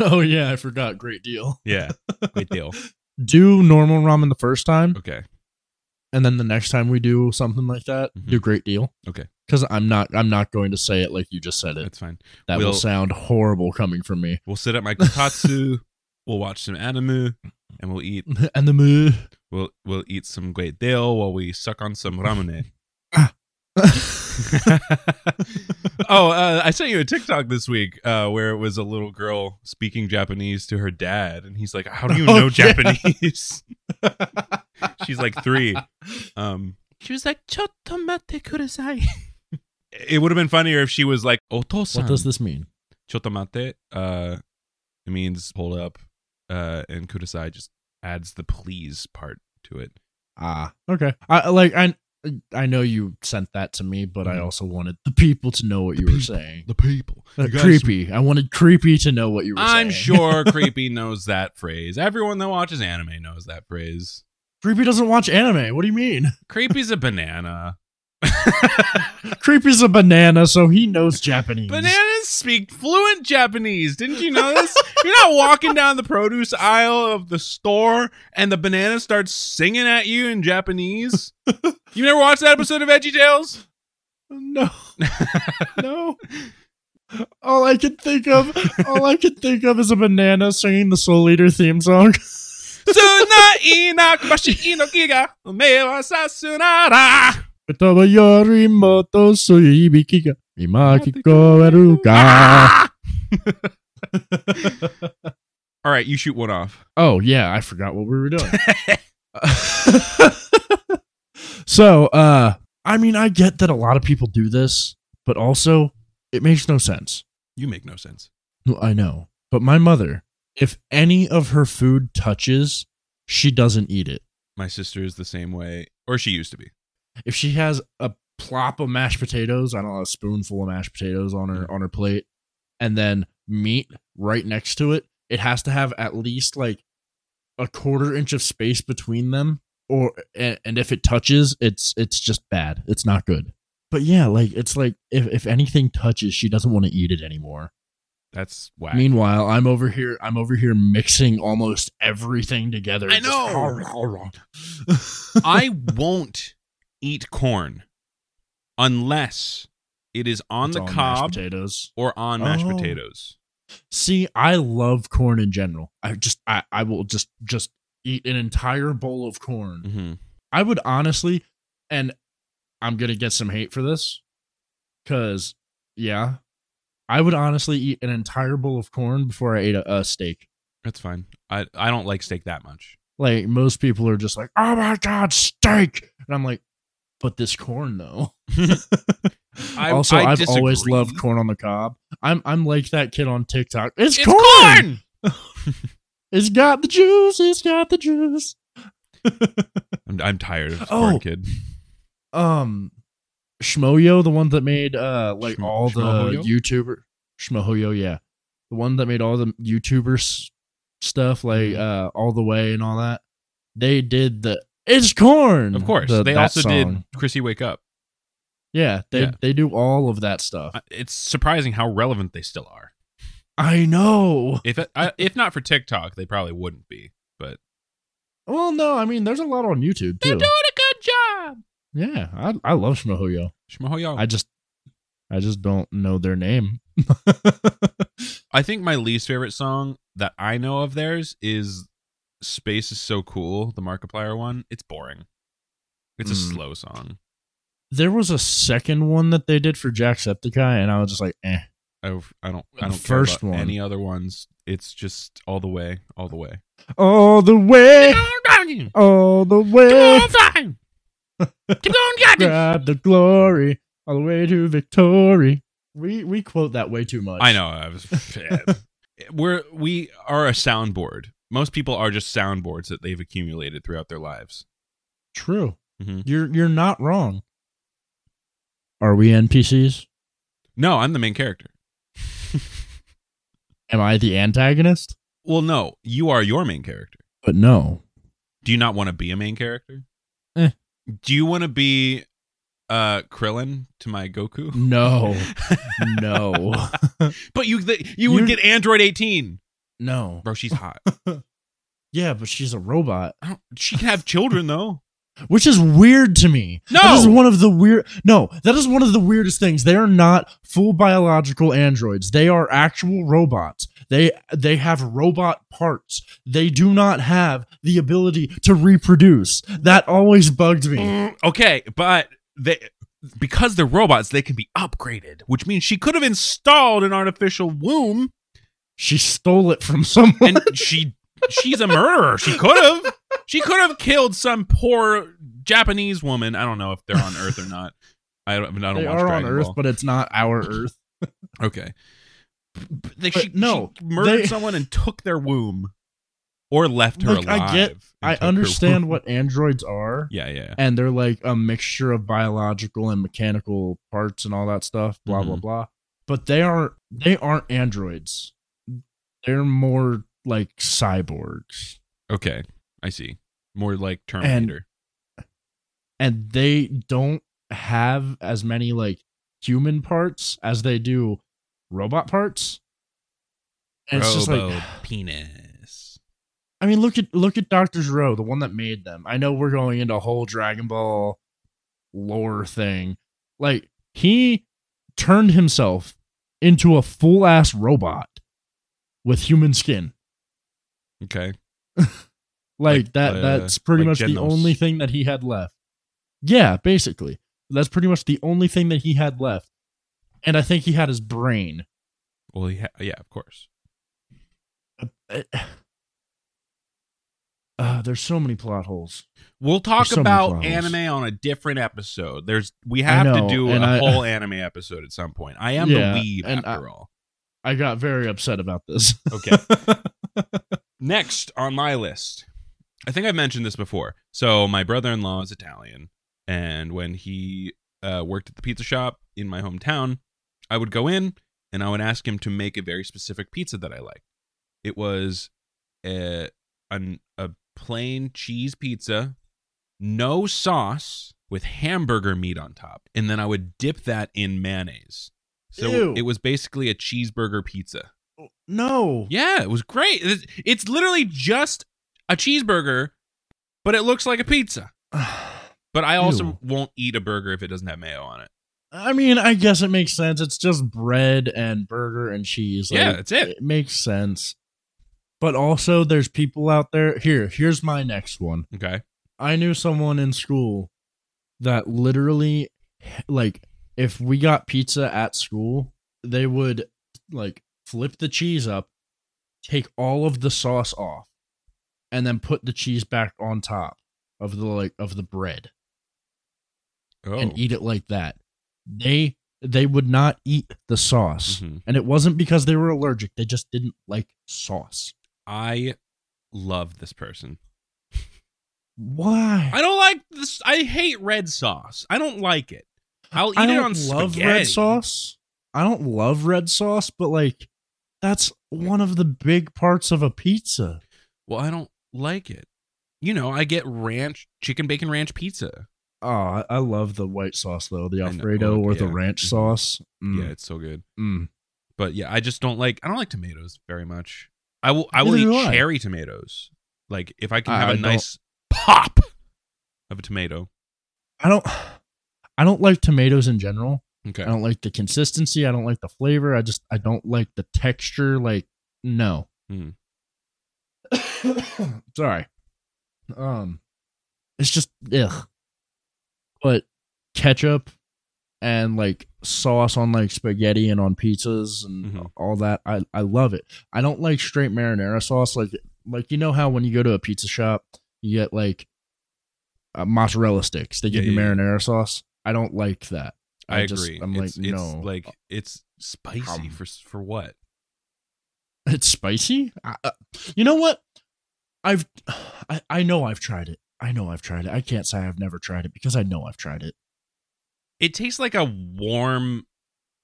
Speaker 2: oh yeah, I forgot. Great deal.
Speaker 1: Yeah, great deal.
Speaker 2: Do normal ramen the first time,
Speaker 1: Okay,
Speaker 2: and then the next time we do something like that,
Speaker 1: Mhm.
Speaker 2: do great deal.
Speaker 1: Okay.
Speaker 2: Because I'm not I'm not going to say it like you just said it.
Speaker 1: that's fine.
Speaker 2: That will
Speaker 1: we'll-
Speaker 2: sound horrible coming from me.
Speaker 1: We'll sit at my kotatsu. we'll watch some anime, and we'll eat.
Speaker 2: and the moo.
Speaker 1: We'll we'll eat some great deal while we suck on some ramen. oh, uh, I sent you a TikTok this week uh, where it was a little girl speaking Japanese to her dad, and he's like, "How do you
Speaker 2: Oh,
Speaker 1: know
Speaker 2: yeah.
Speaker 1: Japanese?" She's like three. Um, she was like, "Chotto matte kurasai." It would have been funnier if she was like, "Otosan."
Speaker 2: what does this mean?
Speaker 1: Chotto matte. Uh, it means hold up, uh, and kurasai just adds the please part to it.
Speaker 2: Ah, okay. I like I I know you sent that to me, but I
Speaker 1: Mhm.
Speaker 2: also wanted the people to know what
Speaker 1: The
Speaker 2: you were
Speaker 1: people.
Speaker 2: saying.
Speaker 1: The people,
Speaker 2: Uh, creepy. I wanted creepy to know what you were saying.
Speaker 1: I'm sure Creepy knows that phrase. Everyone that watches anime knows that phrase.
Speaker 2: creepy doesn't watch anime. What do you mean?
Speaker 1: Creepy's a banana.
Speaker 2: Creepy's a banana, so he knows Japanese.
Speaker 1: Bananas speak fluent Japanese. Didn't you know this? You're not walking down the produce aisle of the store and the banana starts singing at you in Japanese. You never watched that episode of Veggie Tales?
Speaker 2: No, no. All I could think of, all I could think of, is a banana singing the Soul Eater theme song.
Speaker 1: Tsunai nakabashi no kiga, ume wa sasunara.
Speaker 2: 言葉よりもっと強い響きが今聞こえるか。
Speaker 1: Ah! All right, you shoot one off.
Speaker 2: Oh yeah, I forgot what we were doing. so, uh, I mean, I get that a lot of people do this, but also it makes no sense.
Speaker 1: You make no sense.
Speaker 2: Well, I know, but my mother, if any of her food touches, she doesn't eat it.
Speaker 1: My sister is the same way, or she used to be.
Speaker 2: If she has a plop of mashed potatoes, I don't know, a spoonful of mashed potatoes on her on her plate, and then meat right next to it, it has to have at least like a quarter inch of space between them. Or and, and if it touches, it's it's just bad. It's not good. But yeah, like it's like if, if anything touches, she doesn't want to eat it anymore.
Speaker 1: That's whack.
Speaker 2: Meanwhile, I'm over here. I'm over here mixing almost everything together.
Speaker 1: I
Speaker 2: Just-
Speaker 1: know. I won't eat corn unless it is on
Speaker 2: It's
Speaker 1: the
Speaker 2: all mashed
Speaker 1: cob
Speaker 2: potatoes.
Speaker 1: or on mashed
Speaker 2: Oh.
Speaker 1: potatoes.
Speaker 2: See, I love corn in general. I just I, I will just just eat an entire bowl of corn.
Speaker 1: Mm-hmm.
Speaker 2: I would honestly and I'm going to get some hate for this cuz yeah, I would honestly eat an entire bowl of corn before I ate a, a steak.
Speaker 1: That's fine. I I don't like steak that much.
Speaker 2: Like most people are just like, "Oh my god, steak." And I'm like, "But this corn though."
Speaker 1: I,
Speaker 2: also,
Speaker 1: I
Speaker 2: have always
Speaker 1: disagree.
Speaker 2: loved corn on the cob. I'm I'm like that kid on TikTok. It's,
Speaker 1: It's
Speaker 2: corn!
Speaker 1: corn.
Speaker 2: It's got the juice. It's got the juice.
Speaker 1: I'm, I'm tired of
Speaker 2: Oh.
Speaker 1: corn, kid.
Speaker 2: Um, Shmoyo, the one that made uh like
Speaker 1: Shmo-
Speaker 2: all the
Speaker 1: Shmohoyo?
Speaker 2: YouTuber Shmohoyo, yeah, the one that made all the YouTubers stuff like
Speaker 1: Mm-hmm.
Speaker 2: uh all the way and all that. They did the it's corn.
Speaker 1: Of course,
Speaker 2: Mm, the-
Speaker 1: they
Speaker 2: that
Speaker 1: also did
Speaker 2: song.
Speaker 1: Chrissy Wake Up.
Speaker 2: Yeah, they
Speaker 1: Yeah.
Speaker 2: they do all of that stuff.
Speaker 1: Uh, It's surprising how relevant they still are.
Speaker 2: I know.
Speaker 1: If it, I, if not for TikTok, they probably wouldn't be. But
Speaker 2: Well, no, I mean, there's a lot on YouTube too.
Speaker 1: a good job.
Speaker 2: Yeah, I, I love Shmohoyo.
Speaker 1: Shmahoyo.
Speaker 2: I just, I just don't know their name.
Speaker 1: I think my least favorite song that I know of theirs is "Space Is So Cool," the Markiplier one. It's boring. It's a
Speaker 2: Mm.
Speaker 1: slow song.
Speaker 2: there was a second one that they did for Jacksepticeye, and I was just like, eh.
Speaker 1: I, I don't I
Speaker 2: The
Speaker 1: don't
Speaker 2: first
Speaker 1: care about
Speaker 2: one.
Speaker 1: any other ones. It's just all the way, all the way.
Speaker 2: All the way, all the way,
Speaker 1: flying. Keep going,
Speaker 2: grab the glory, all the way to victory. We we quote that way too much.
Speaker 1: I know. I was. We're we are a soundboard. Most people are just soundboards that they've accumulated throughout their lives.
Speaker 2: True.
Speaker 1: Mhm.
Speaker 2: You're you're not wrong. Are we NPCs?
Speaker 1: No, I'm the main character.
Speaker 2: Am I the antagonist?
Speaker 1: Well, no, you are your main character.
Speaker 2: But no.
Speaker 1: Do you not want to be a main character?
Speaker 2: Eh.
Speaker 1: Do you want to be uh Krillin to my
Speaker 2: Mm.
Speaker 1: Goku?
Speaker 2: No. no.
Speaker 1: But you th- you would
Speaker 2: You're-
Speaker 1: get Android 18.
Speaker 2: No.
Speaker 1: Bro, she's hot.
Speaker 2: Yeah, but she's a robot,
Speaker 1: I don't, she can have children though.
Speaker 2: which is weird to me.
Speaker 1: No!
Speaker 2: That is one of the weird No, that is one of the weirdest things. They are not full biological androids. They are actual robots. They they have robot parts. They do not have the ability to reproduce. That always bugged me.
Speaker 1: Mm, okay, but they because they're robots, they can be upgraded, which means she could have installed an artificial womb
Speaker 2: She stole it from someone.
Speaker 1: and she she's a murderer. She could have she could have killed some poor Japanese woman. I don't know if they're on Earth or not. I don't. I don't
Speaker 2: they
Speaker 1: watch
Speaker 2: are on
Speaker 1: Dragon
Speaker 2: Earth,
Speaker 1: Ball.
Speaker 2: but it's not our Earth.
Speaker 1: Okay. But they,
Speaker 2: But
Speaker 1: she,
Speaker 2: no,
Speaker 1: she murdered
Speaker 2: they-
Speaker 1: someone and took their womb, or left her
Speaker 2: Look, I
Speaker 1: alive.
Speaker 2: get-
Speaker 1: and
Speaker 2: I
Speaker 1: took her
Speaker 2: understand
Speaker 1: womb.
Speaker 2: what androids are,
Speaker 1: Yeah, yeah.
Speaker 2: and they're like a mixture of biological and mechanical parts and all that stuff. Blah blah blah. But they are they aren't androids. They're more like cyborgs,
Speaker 1: Okay, I see. More like Terminator.
Speaker 2: and they don't have as many like human parts as they do robot parts. And it's just like
Speaker 1: penis.
Speaker 2: I mean, look at look at Doctor's Row, the one that made them. I know we're going into a whole Dragon Ball lore thing. Like he turned himself into a full ass robot with human skin.
Speaker 1: Okay.
Speaker 2: Like,
Speaker 1: Like,
Speaker 2: that
Speaker 1: uh,
Speaker 2: that's pretty
Speaker 1: like
Speaker 2: much the
Speaker 1: Genos.
Speaker 2: only thing that he had left. Yeah, basically. That's pretty much the only thing that he had left. And I think he had his brain.
Speaker 1: Well, yeah, yeah, of course.
Speaker 2: Uh, uh, there's so many plot holes.
Speaker 1: We'll talk
Speaker 2: There's so many
Speaker 1: about
Speaker 2: flowers.
Speaker 1: anime on a different episode. There's we have
Speaker 2: know,
Speaker 1: to do
Speaker 2: and
Speaker 1: a
Speaker 2: I-
Speaker 1: whole anime episode at some point. I am
Speaker 2: Yeah,
Speaker 1: the weeb
Speaker 2: and I-
Speaker 1: after all.
Speaker 2: I got very upset about this.
Speaker 1: Okay. Next on my list, I think I've mentioned this before. So my brother-in-law is Italian, and when he uh, worked at the pizza shop in my hometown, I would go in and I would ask him to make a very specific pizza that I liked. It was a an, a plain cheese pizza, no sauce, with hamburger meat on top, and then I would dip that in mayonnaise. So
Speaker 2: Ew.
Speaker 1: it was basically a cheeseburger pizza.
Speaker 2: No.
Speaker 1: Yeah, it was great. It's, it's literally just a cheeseburger, but it looks like a pizza. But I also
Speaker 2: Ew.
Speaker 1: won't eat a burger if it doesn't have mayo on it.
Speaker 2: I mean, I guess it makes sense. It's just bread and burger and cheese.
Speaker 1: yeah,
Speaker 2: Like,
Speaker 1: that's it.
Speaker 2: it makes sense. But also, there's people out there. Here, here's my next one.
Speaker 1: Okay.
Speaker 2: I knew someone in school that literally, like, if we got pizza at school, they would, like, flip the cheese up, take all of the sauce off, and then put the cheese back on top of the, like, of the bread.
Speaker 1: Oh.
Speaker 2: and eat it like that. They they would not eat the sauce.
Speaker 1: Mhm.
Speaker 2: And it wasn't because they were allergic. They just didn't like sauce.
Speaker 1: I love this person.
Speaker 2: Why?
Speaker 1: I don't like this. I hate red sauce. I don't like it. I'll eat
Speaker 2: I
Speaker 1: it
Speaker 2: don't
Speaker 1: on
Speaker 2: love
Speaker 1: spaghetti.
Speaker 2: red sauce. I don't love red sauce, but like that's one of the big parts of a pizza.
Speaker 1: Well, I don't like it. You know, I get ranch, chicken bacon ranch pizza.
Speaker 2: Oh, I, I love the white sauce though, the
Speaker 1: I know, Oh,
Speaker 2: Alfredo or the
Speaker 1: yeah.
Speaker 2: ranch
Speaker 1: Mhm.
Speaker 2: sauce.
Speaker 1: Yeah,
Speaker 2: Mm,
Speaker 1: it's so good.
Speaker 2: mm.
Speaker 1: But yeah, I just don't like I don't like tomatoes very much. I will I will
Speaker 2: Neither do
Speaker 1: eat
Speaker 2: I.
Speaker 1: cherry tomatoes. Like if I can
Speaker 2: I-
Speaker 1: have a
Speaker 2: I don't-
Speaker 1: nice pop of a tomato.
Speaker 2: I don't I don't like tomatoes in general.
Speaker 1: Okay.
Speaker 2: I don't like the consistency. I don't like the flavor. I just I don't like the texture. Like no.
Speaker 1: Hmm.
Speaker 2: Sorry. Um, it's just ugh. But ketchup and like sauce on like spaghetti and on pizzas and
Speaker 1: Mhm.
Speaker 2: all that, I I love it. I don't like straight marinara sauce. Like like you know how when you go to a pizza shop, you get like uh, mozzarella sticks. They give
Speaker 1: Yeah,
Speaker 2: you
Speaker 1: yeah, yeah.
Speaker 2: marinara sauce. I don't like that.
Speaker 1: I, agree.
Speaker 2: just- I'm like,
Speaker 1: it's,
Speaker 2: no.
Speaker 1: it's like it's spicy
Speaker 2: Um,
Speaker 1: for for what?
Speaker 2: It's spicy. I, uh, you know what? I've, I, I know I've tried it. I know I've tried it. I can't say I've never tried it because I know I've tried it.
Speaker 1: It tastes like a warm.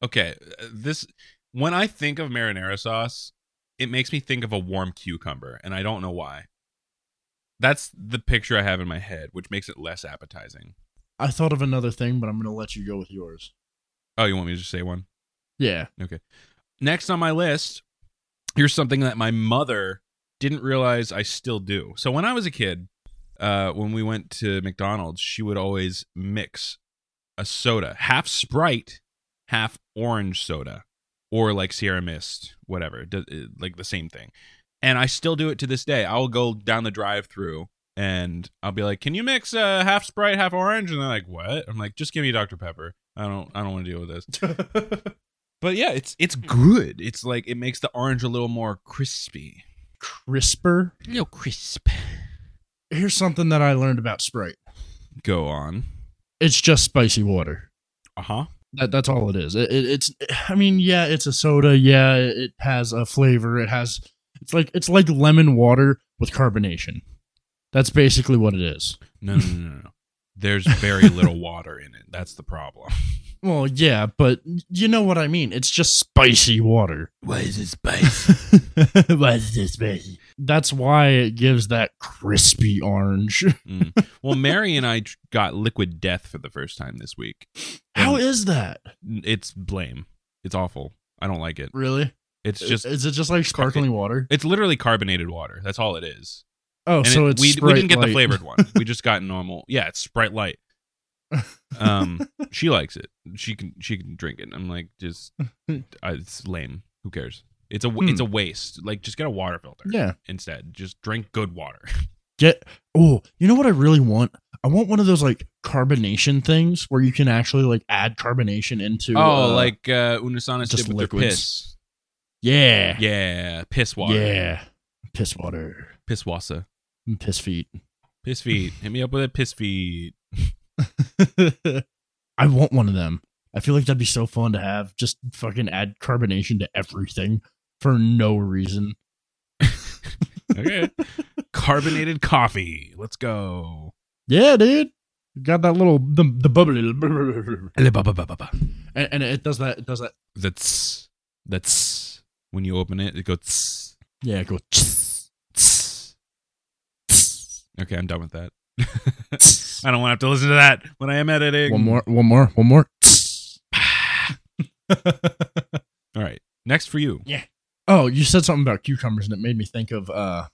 Speaker 1: Okay, uh, this when I think of marinara sauce, it makes me think of a warm cucumber, and I don't know why. That's the picture I have in my head, which makes it less appetizing.
Speaker 2: I thought of another thing, but I'm gonna let you go with yours.
Speaker 1: Oh, you want me to just say one?
Speaker 2: Yeah.
Speaker 1: Next on my list, here's something that my mother didn't realize I still do. So when I was a kid, uh, when we went to McDonald's, she would always mix a soda, half Sprite, half orange soda, or like Sierra Mist, whatever, it does- it- like the same thing. And I still do it to this day. I'll go down the drive-through and I'll be like, "Can you mix uh, half Sprite, half orange?" And they're like, "What?" I'm like, "Just give me Dr Pepper. I don't, I don't want to deal with this." But yeah, it's it's good. It's like it makes the orange a little more crispy.
Speaker 2: Crisper.
Speaker 1: A little crisp.
Speaker 2: Here's something that I learned about Sprite.
Speaker 1: Go on.
Speaker 2: It's just spicy water.
Speaker 1: Uh huh.
Speaker 2: That that's all it is. It, it, it's. I mean, yeah, it's a soda. Yeah, it has a flavor. It has. It's like it's like lemon water with carbonation. That's basically what it is.
Speaker 1: No, no, no, no, no. There's very little water in it. That's the problem.
Speaker 2: Well, yeah, but you know what I mean. It's just spicy water.
Speaker 1: Why is it spicy?
Speaker 2: Why is this spicy? That's why it gives that crispy orange.
Speaker 1: well, Mary and I tr- got liquid death for the first time this week.
Speaker 2: How
Speaker 1: And
Speaker 2: is that?
Speaker 1: it's blame. It's awful. I don't like it.
Speaker 2: Really?
Speaker 1: It's just.
Speaker 2: is it just like sparkling water?
Speaker 1: It's literally carbonated water. That's all it is.
Speaker 2: Oh,
Speaker 1: And
Speaker 2: so
Speaker 1: it-
Speaker 2: it's
Speaker 1: we, we
Speaker 2: Sprite
Speaker 1: didn't get the
Speaker 2: Light.
Speaker 1: flavored one. We just got normal. Yeah, it's Sprite Light. Um, she likes it. She can she can drink it. I'm like, just I, it's lame. Who cares? It's a w- it's a waste. Like, just get a water filter
Speaker 2: Hmm. Yeah.
Speaker 1: instead. Just drink good water.
Speaker 2: Get oh, you know what I really want? I want one of those like carbonation things where you can actually like add carbonation into.
Speaker 1: oh,
Speaker 2: uh,
Speaker 1: like uh, Unisana did
Speaker 2: just
Speaker 1: with their piss.
Speaker 2: liquids. yeah,
Speaker 1: Yeah, piss water.
Speaker 2: yeah, piss water,
Speaker 1: piss wassa.
Speaker 2: and piss feet.
Speaker 1: Piss feet. Hit me up with a piss feet.
Speaker 2: I want one of them. I feel like that'd be so fun to have. Just fucking add carbonation to everything for no reason.
Speaker 1: Okay, carbonated coffee. Let's go.
Speaker 2: Yeah, dude. Got that little the the bubbly, and, and it does that. It does that.
Speaker 1: That's that's when you open it. It goes. tss.
Speaker 2: Yeah, it goes.
Speaker 1: Okay, I'm done with that. I don't want to have to listen to that when I am editing.
Speaker 2: One more. One more. One more.
Speaker 1: All right. Next for you.
Speaker 2: Oh, you said something about cucumbers, and it made me think of. uh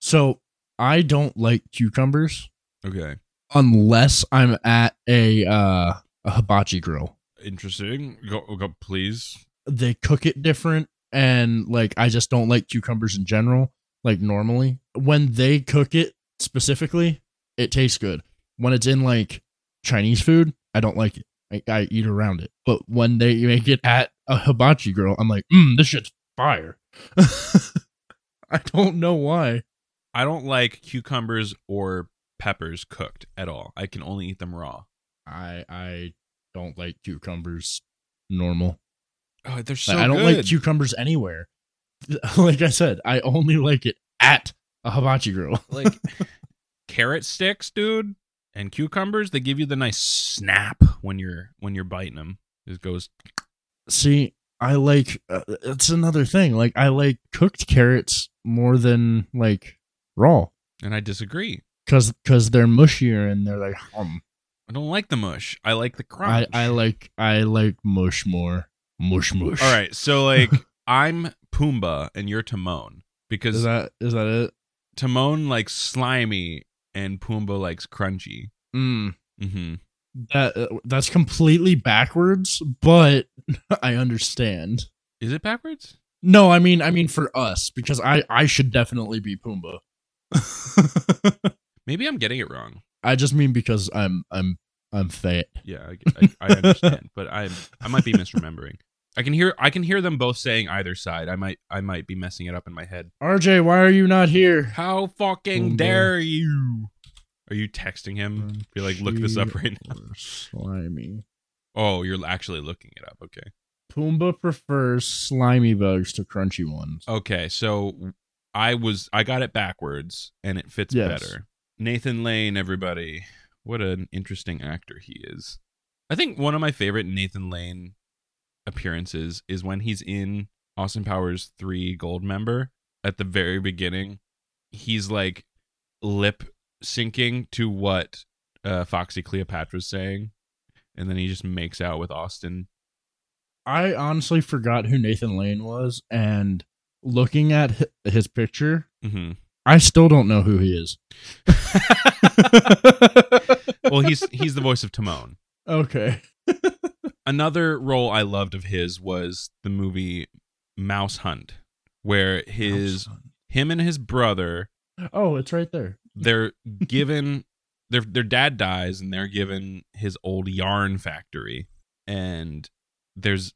Speaker 2: So I don't like cucumbers
Speaker 1: Okay.
Speaker 2: unless I'm at a uh a hibachi grill.
Speaker 1: Interesting. Go, go please.
Speaker 2: they cook it different and like I just don't like cucumbers in general like normally when they cook it specifically it tastes good when it's in like Chinese food I don't like it I, I eat around it but when they make it at a hibachi grill I'm like mm, this shit's fire I don't know why
Speaker 1: I don't like cucumbers or peppers cooked at all. I can only eat them raw.
Speaker 2: I I don't like cucumbers normal
Speaker 1: Oh, they're so
Speaker 2: Like, I don't like
Speaker 1: good.
Speaker 2: cucumbers anywhere like I said I only like it at a hibachi grill
Speaker 1: like carrot sticks, dude, and cucumbers. They give you the nice snap when you're when you're biting them. It goes.
Speaker 2: see i like uh, it's another thing like i like cooked carrots more than like raw
Speaker 1: And I disagree.
Speaker 2: because because they're mushier and they're like hum.
Speaker 1: I don't like the mush. I like the crunch.
Speaker 2: i i like i like mush more Mush mush.
Speaker 1: All right, so like I'm Pumbaa and you're Timon
Speaker 2: Is
Speaker 1: because
Speaker 2: that is that it?
Speaker 1: Timon likes slimy and Pumbaa likes crunchy.
Speaker 2: Mm.
Speaker 1: hmm
Speaker 2: That uh, that's completely backwards, but I understand.
Speaker 1: Is it backwards?
Speaker 2: No, I mean I mean for us because I I should definitely be Pumbaa.
Speaker 1: Maybe I'm getting it wrong.
Speaker 2: I just mean because I'm I'm I'm fat.
Speaker 1: Yeah, I, I, I understand, but I I might be misremembering. I can hear I can hear them both saying either side. I might I might be messing it up in my head.
Speaker 2: RJ, why are you not here?
Speaker 1: How fucking
Speaker 2: Pumbaa. Mm.
Speaker 1: dare you? Are you texting him? Be like, look this up right now.
Speaker 2: Or Slimy.
Speaker 1: Oh, you're actually looking it up. Okay.
Speaker 2: Pumbaa prefers slimy bugs to crunchy ones.
Speaker 1: Okay, so I was I got it backwards and it fits
Speaker 2: Yes.
Speaker 1: better. Nathan Lane, everybody. What an interesting actor he is. I think one of my favorite Nathan Lane appearances is when he's in Austin Powers 3 Gold Member at the very beginning. He's like lip syncing to what uh, Foxy Cleopatra's saying, and then he just makes out with Austin.
Speaker 2: I honestly forgot who Nathan Lane was, and looking at hi- his picture,
Speaker 1: hmm
Speaker 2: I still don't know who he is.
Speaker 1: Well, he's he's the voice of Timon.
Speaker 2: okay.
Speaker 1: another role I loved of his was the movie Mouse Hunt, where his him and his brother
Speaker 2: Oh, it's right there.
Speaker 1: they're given their their dad dies and they're given his old yarn factory and there's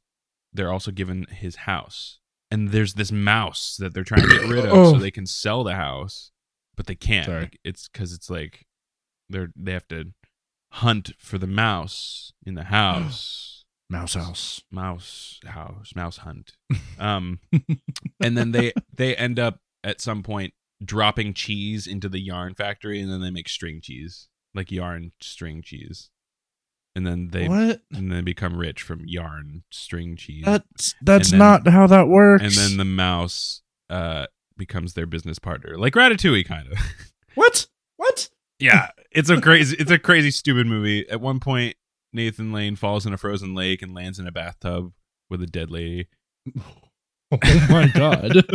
Speaker 1: they're also given his house and there's this mouse that they're trying to get rid of so
Speaker 2: Oh.
Speaker 1: they can sell the house but they can't
Speaker 2: Sorry.
Speaker 1: Like, it's because it's like they're they have to hunt for the mouse in the house
Speaker 2: Mouse House.
Speaker 1: mouse house mouse hunt um and then they they end up at some point dropping cheese into the yarn factory and then they make string cheese like yarn string cheese and then they
Speaker 2: what?
Speaker 1: and then become rich from yarn string cheese
Speaker 2: That's that's
Speaker 1: And then-
Speaker 2: not how that works.
Speaker 1: and then the mouse uh becomes their business partner like ratatouille kind of
Speaker 2: what? What?
Speaker 1: yeah it's a crazy it's a crazy stupid movie at one point nathan lane falls in a frozen lake and lands in a bathtub with a dead lady
Speaker 2: Oh my god.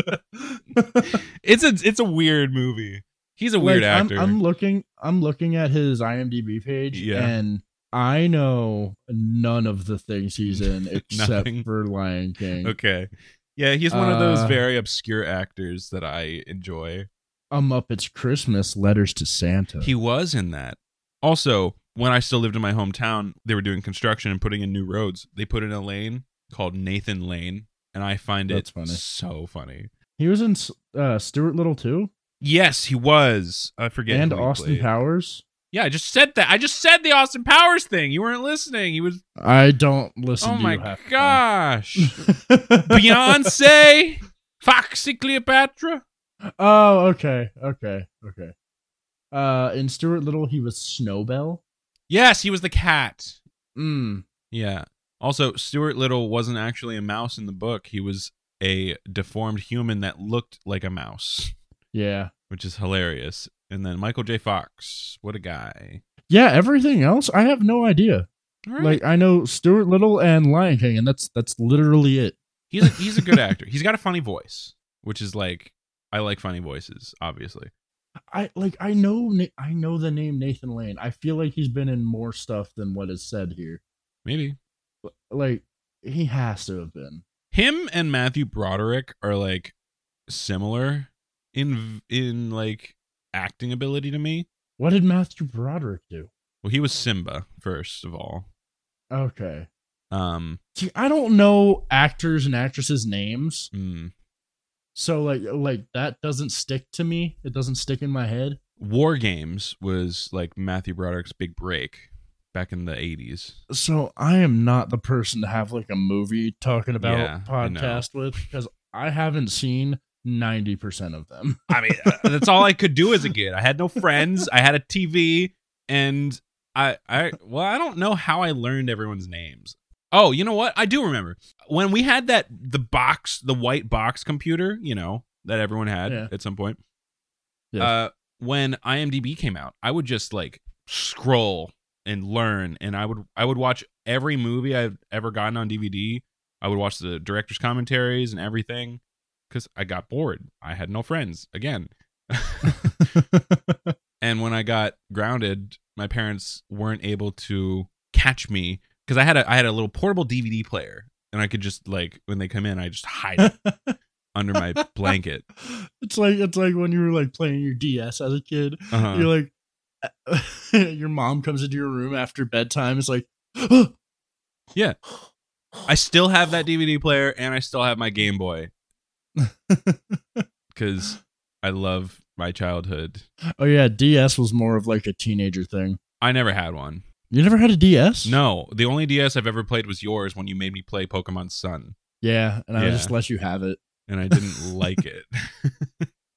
Speaker 1: it's a it's a weird movie. He's a weird
Speaker 2: Like, I'm-
Speaker 1: actor.
Speaker 2: I'm, looking I'm looking at his IMDb page
Speaker 1: Yeah.
Speaker 2: and I know none of the things he's in except
Speaker 1: Nothing.
Speaker 2: for Lion King.
Speaker 1: okay. Yeah, he's one of those
Speaker 2: Uh,
Speaker 1: very obscure actors that I enjoy.
Speaker 2: A Muppet's Christmas Letters to Santa.
Speaker 1: He was in that. Also, when I still lived in my hometown, they were doing construction and putting in new roads. They put in a lane called Nathan Lane, and I find
Speaker 2: That's
Speaker 1: it
Speaker 2: funny.
Speaker 1: so funny.
Speaker 2: He was in uh, Stuart Little too,
Speaker 1: Yes, he was. I forget.
Speaker 2: and
Speaker 1: who he
Speaker 2: Austin
Speaker 1: played.
Speaker 2: Powers.
Speaker 1: Yeah, I just said that. I just said the Austin Powers thing. You weren't listening. He was.
Speaker 2: I don't listen.
Speaker 1: Oh
Speaker 2: to you
Speaker 1: my
Speaker 2: half the time.
Speaker 1: gosh. Beyonce, Foxy Cleopatra.
Speaker 2: oh, okay, okay, okay. Uh, in Stuart Little, he was Snowbell.
Speaker 1: Yes, he was the cat.
Speaker 2: Mm.
Speaker 1: Yeah. Also, Stuart Little wasn't actually a mouse in the book. He was a deformed human that looked like a mouse,
Speaker 2: Yeah,
Speaker 1: which is hilarious. And then Michael J. Fox, what a guy.
Speaker 2: yeah. Everything else, I have no idea.
Speaker 1: All right.
Speaker 2: Like I know Stuart Little and Lion King, and that's that's literally it.
Speaker 1: he's a, he's a good actor. He's got a funny voice, which is like I like funny voices, obviously.
Speaker 2: I like I know Na- I know the name Nathan Lane. I feel like he's been in more stuff than what is said here.
Speaker 1: Maybe
Speaker 2: Like he has to have been.
Speaker 1: him and Matthew Broderick are like similar in in like acting ability to me.
Speaker 2: What did Matthew Broderick do?
Speaker 1: Well, he was Simba first of all.
Speaker 2: Okay.
Speaker 1: Um,
Speaker 2: See, I don't know actors and actresses' names,
Speaker 1: mm,
Speaker 2: so like like that doesn't stick to me. It doesn't stick in my head.
Speaker 1: War Games was like Matthew Broderick's big break back in the eighties.
Speaker 2: So I am not the person to have like a movie talking about
Speaker 1: Yeah, I know.
Speaker 2: podcast with because I haven't seen ninety percent of them.
Speaker 1: I mean, uh, that's all I could do as a kid. I had no friends. I had a TV, and I, I, well, I don't know how I learned everyone's names. Oh, you know what? I do remember when we had that the box, the white box computer, you know, that everyone had
Speaker 2: Yeah.
Speaker 1: at some point.
Speaker 2: Yes.
Speaker 1: uh, when IMDb came out, I would just like scroll and learn, and I would I would watch every movie I've ever gotten on DVD I would watch the director's commentaries and everything because I got bored. I had no friends again. and when I got grounded, my parents weren't able to catch me because I had a I had a little portable DVD player and I could just like when they come in, I just hide it under my blanket.
Speaker 2: it's like it's like when you were like playing your DS as a kid.
Speaker 1: Uh-huh.
Speaker 2: You're like, your mom comes into your room after bedtime. It's like, oh,
Speaker 1: I still have that DVD player and I still have my Game Boy because I love my childhood.
Speaker 2: Oh, yeah, DS was more of like a teenager thing.
Speaker 1: I never had one.
Speaker 2: You never had a DS?
Speaker 1: No, the only DS I've ever played was yours when you made me play Pokemon Sun,
Speaker 2: Yeah, and I
Speaker 1: Yeah.
Speaker 2: just let you have it.
Speaker 1: and I didn't like it.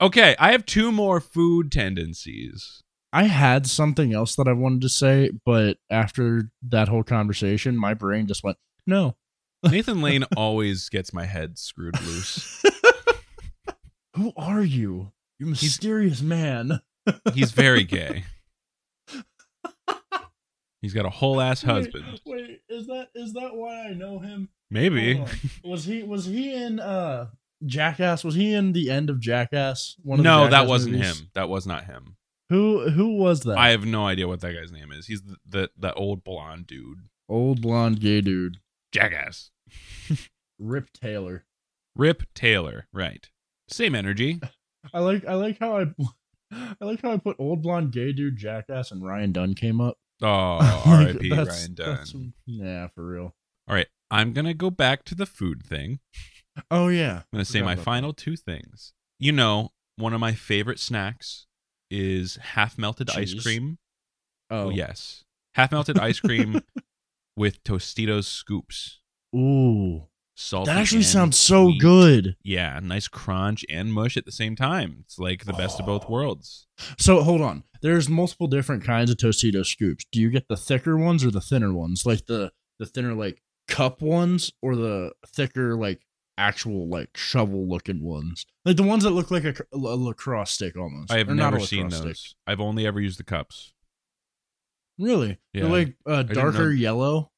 Speaker 1: okay, I have two more food tendencies.
Speaker 2: I had something else that I wanted to say, but after that whole conversation, my brain just went no.
Speaker 1: Nathan Lane always gets my head screwed loose.
Speaker 2: Who are you? You
Speaker 1: He's-
Speaker 2: mysterious man.
Speaker 1: He's very gay. He's got a whole ass husband.
Speaker 2: Wait, wait, is that is that why I know him?
Speaker 1: Maybe.
Speaker 2: Hold on. Was he was he in uh Jackass? Was he in the end of Jackass? One the
Speaker 1: No, that
Speaker 2: Jackass
Speaker 1: wasn't
Speaker 2: movies?
Speaker 1: him. That was not him.
Speaker 2: Who who was that?
Speaker 1: I have no idea what that guy's name is. He's the, the that old blonde dude.
Speaker 2: Old blonde gay dude,
Speaker 1: Jackass.
Speaker 2: Rip Taylor.
Speaker 1: Rip Taylor. Right. Same energy.
Speaker 2: I like I like how I I like how I put old blonde gay dude Jackass and Ryan Dunn came up.
Speaker 1: Oh,
Speaker 2: Like,
Speaker 1: R.I.P.
Speaker 2: that's-
Speaker 1: Ryan
Speaker 2: that's-
Speaker 1: Dunn.
Speaker 2: Yeah, for real.
Speaker 1: All right. I'm gonna go back to the food thing.
Speaker 2: Oh yeah.
Speaker 1: I'm gonna say
Speaker 2: Forgot
Speaker 1: my
Speaker 2: about
Speaker 1: final two things. You know, one of my favorite snacks is half melted ice
Speaker 2: Cheese.
Speaker 1: cream.
Speaker 2: Oh
Speaker 1: Oh yes, half melted ice cream with Tostitos scoops,
Speaker 2: Ooh,
Speaker 1: salty.
Speaker 2: that actually
Speaker 1: and
Speaker 2: sounds so
Speaker 1: sweet.
Speaker 2: good.
Speaker 1: Yeah, nice crunch and mush at the same time. It's like the best of both
Speaker 2: Oh.
Speaker 1: worlds.
Speaker 2: So hold on, there's multiple different kinds of Tostito scoops. Do you get the thicker ones or the thinner ones? Like the the thinner like cup ones or the thicker like actual like shovel looking ones? Like the ones that look like a, cr- a lacrosse stick almost.
Speaker 1: I have
Speaker 2: Or not a
Speaker 1: never seen
Speaker 2: lacrosse
Speaker 1: those.
Speaker 2: stick.
Speaker 1: I've only ever used the cups.
Speaker 2: Really?
Speaker 1: Yeah.
Speaker 2: They're like uh,
Speaker 1: didn't
Speaker 2: darker
Speaker 1: know-
Speaker 2: yellow.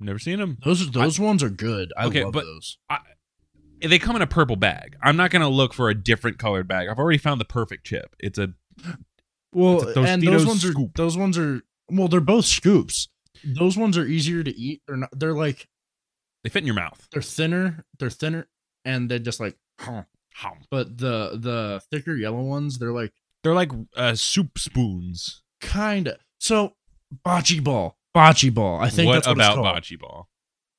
Speaker 1: Never seen them.
Speaker 2: Those those ones are good. I
Speaker 1: Okay,
Speaker 2: love
Speaker 1: but-
Speaker 2: those.
Speaker 1: They come in a purple bag. I'm not gonna look for a different colored bag. I've already found the perfect chip. It's a
Speaker 2: Well,
Speaker 1: It's a
Speaker 2: and those
Speaker 1: Tostitos
Speaker 2: ones
Speaker 1: scoop.
Speaker 2: are those ones are well, they're both scoops. Those ones are easier to eat. They're not. They're like
Speaker 1: they fit in your mouth.
Speaker 2: they're thinner. They're thinner, and they're just like. Huh.
Speaker 1: Hum.
Speaker 2: But the the thicker yellow ones, they're like
Speaker 1: They're like uh, soup spoons.
Speaker 2: kind of so bocce ball. Bocce ball. I think
Speaker 1: what
Speaker 2: that's what
Speaker 1: about
Speaker 2: it's called.
Speaker 1: bocce ball?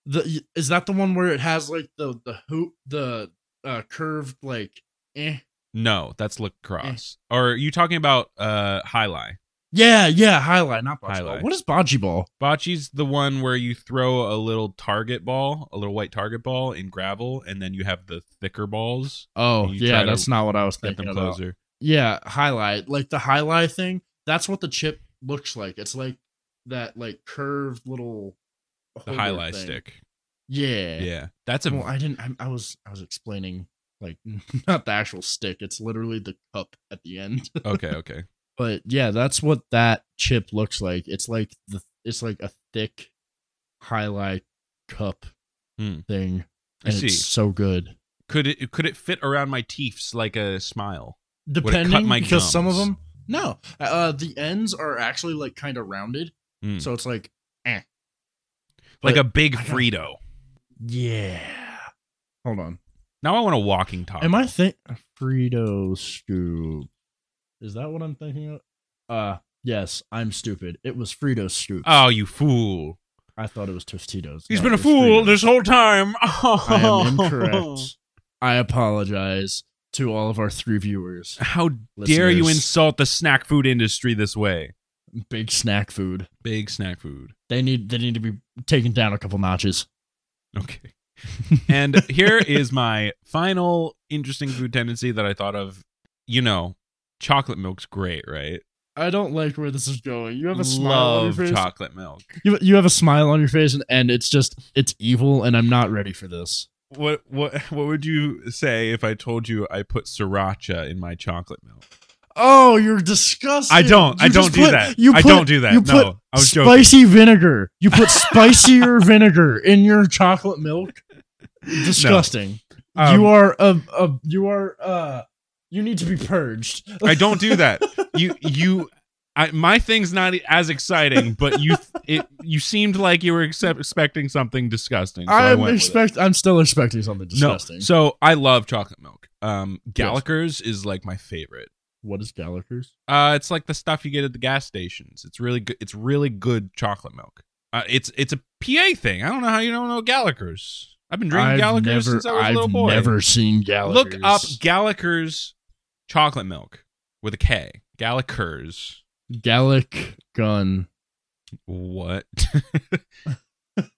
Speaker 2: The, is that the one where it has like the the hoop the uh curved like eh
Speaker 1: No, that's lacrosse. Or are you talking about uh high lie?
Speaker 2: yeah yeah highlight not bocce
Speaker 1: Highlight.
Speaker 2: ball. What is bocce ball?
Speaker 1: Bocce's the one where you throw a little target ball, a little white target ball in gravel, and then you have the thicker balls
Speaker 2: Oh
Speaker 1: You try
Speaker 2: yeah,
Speaker 1: to
Speaker 2: that's not what I was
Speaker 1: get
Speaker 2: thinking
Speaker 1: them
Speaker 2: about.
Speaker 1: closer.
Speaker 2: Yeah, highlight. Like the highlight thing, that's what the chip looks like. It's like that like curved little
Speaker 1: The
Speaker 2: holder
Speaker 1: highlight
Speaker 2: thing.
Speaker 1: stick.
Speaker 2: Yeah.
Speaker 1: Yeah, that's a
Speaker 2: Well, I didn't I, I was I was explaining like not the actual stick. It's literally the cup at the end.
Speaker 1: okay. Okay,
Speaker 2: but yeah, that's what that chip looks like. It's like the it's like a thick highlight cup
Speaker 1: Hmm.
Speaker 2: thing.
Speaker 1: I
Speaker 2: And
Speaker 1: see.
Speaker 2: it's so good.
Speaker 1: Could it could it fit around my teeths like a smile? cut
Speaker 2: Depending
Speaker 1: my
Speaker 2: because some of
Speaker 1: gums?
Speaker 2: them no. Uh the ends are actually like kind of rounded.
Speaker 1: Hmm.
Speaker 2: So it's like eh.
Speaker 1: Like
Speaker 2: But
Speaker 1: a big
Speaker 2: I got-
Speaker 1: Frito.
Speaker 2: Yeah. Hold on.
Speaker 1: Now I want a walking taco.
Speaker 2: Am I think Frito Scoop? Is that what I'm thinking of? Uh yes, I'm stupid. It was Frito Scoop.
Speaker 1: Oh, you fool!
Speaker 2: I thought it was Tostitos.
Speaker 1: He's
Speaker 2: No,
Speaker 1: been a
Speaker 2: it was
Speaker 1: fool
Speaker 2: Fritos.
Speaker 1: this whole time.
Speaker 2: I am incorrect. I apologize to all of our three viewers.
Speaker 1: How dare you
Speaker 2: listeners.
Speaker 1: insult the snack food industry this way?
Speaker 2: Big snack food.
Speaker 1: Big snack food.
Speaker 2: They need they need to be taken down a couple notches.
Speaker 1: Okay. and here is my final interesting food tendency that I thought of. You know, chocolate milk's great, right?
Speaker 2: I don't like where this is going. You have a smile on
Speaker 1: Love
Speaker 2: your face.
Speaker 1: chocolate milk.
Speaker 2: you, you have a smile on your face, and, and it's just it's evil, and I'm not ready for this.
Speaker 1: What what what would you say if I told you I put sriracha in my chocolate milk?
Speaker 2: Oh, you're disgusting.
Speaker 1: I don't. I
Speaker 2: You
Speaker 1: don't
Speaker 2: just
Speaker 1: do
Speaker 2: put-
Speaker 1: that.
Speaker 2: You
Speaker 1: I
Speaker 2: put-
Speaker 1: don't do that.
Speaker 2: You
Speaker 1: no,
Speaker 2: put
Speaker 1: I was joking.
Speaker 2: spicy vinegar. You put spicier vinegar in your chocolate milk. disgusting.
Speaker 1: Um,
Speaker 2: you are a, a you are uh you need to be purged.
Speaker 1: I don't do that. You you I, my thing's not e, as exciting, but you it you seemed like you were accept, expecting something disgusting. So I
Speaker 2: I'm
Speaker 1: went with it.
Speaker 2: expect I'm still expecting
Speaker 1: no.
Speaker 2: something disgusting.
Speaker 1: So I love chocolate milk. Um, Gallagher's is like my favorite.
Speaker 2: what is Gallagher's?
Speaker 1: Uh, it's like the stuff you get at the gas stations. It's really good. It's really good chocolate milk. Uh, it's it's a PA thing. I don't know how you don't know Gallagher's. I've been drinking
Speaker 2: I've
Speaker 1: Gallagher's
Speaker 2: never,
Speaker 1: since I was
Speaker 2: I've
Speaker 1: a little boy.
Speaker 2: never seen Gallagher's.
Speaker 1: Look up Gallagher's chocolate milk with a K. Gallagher's.
Speaker 2: Gallic gun.
Speaker 1: What?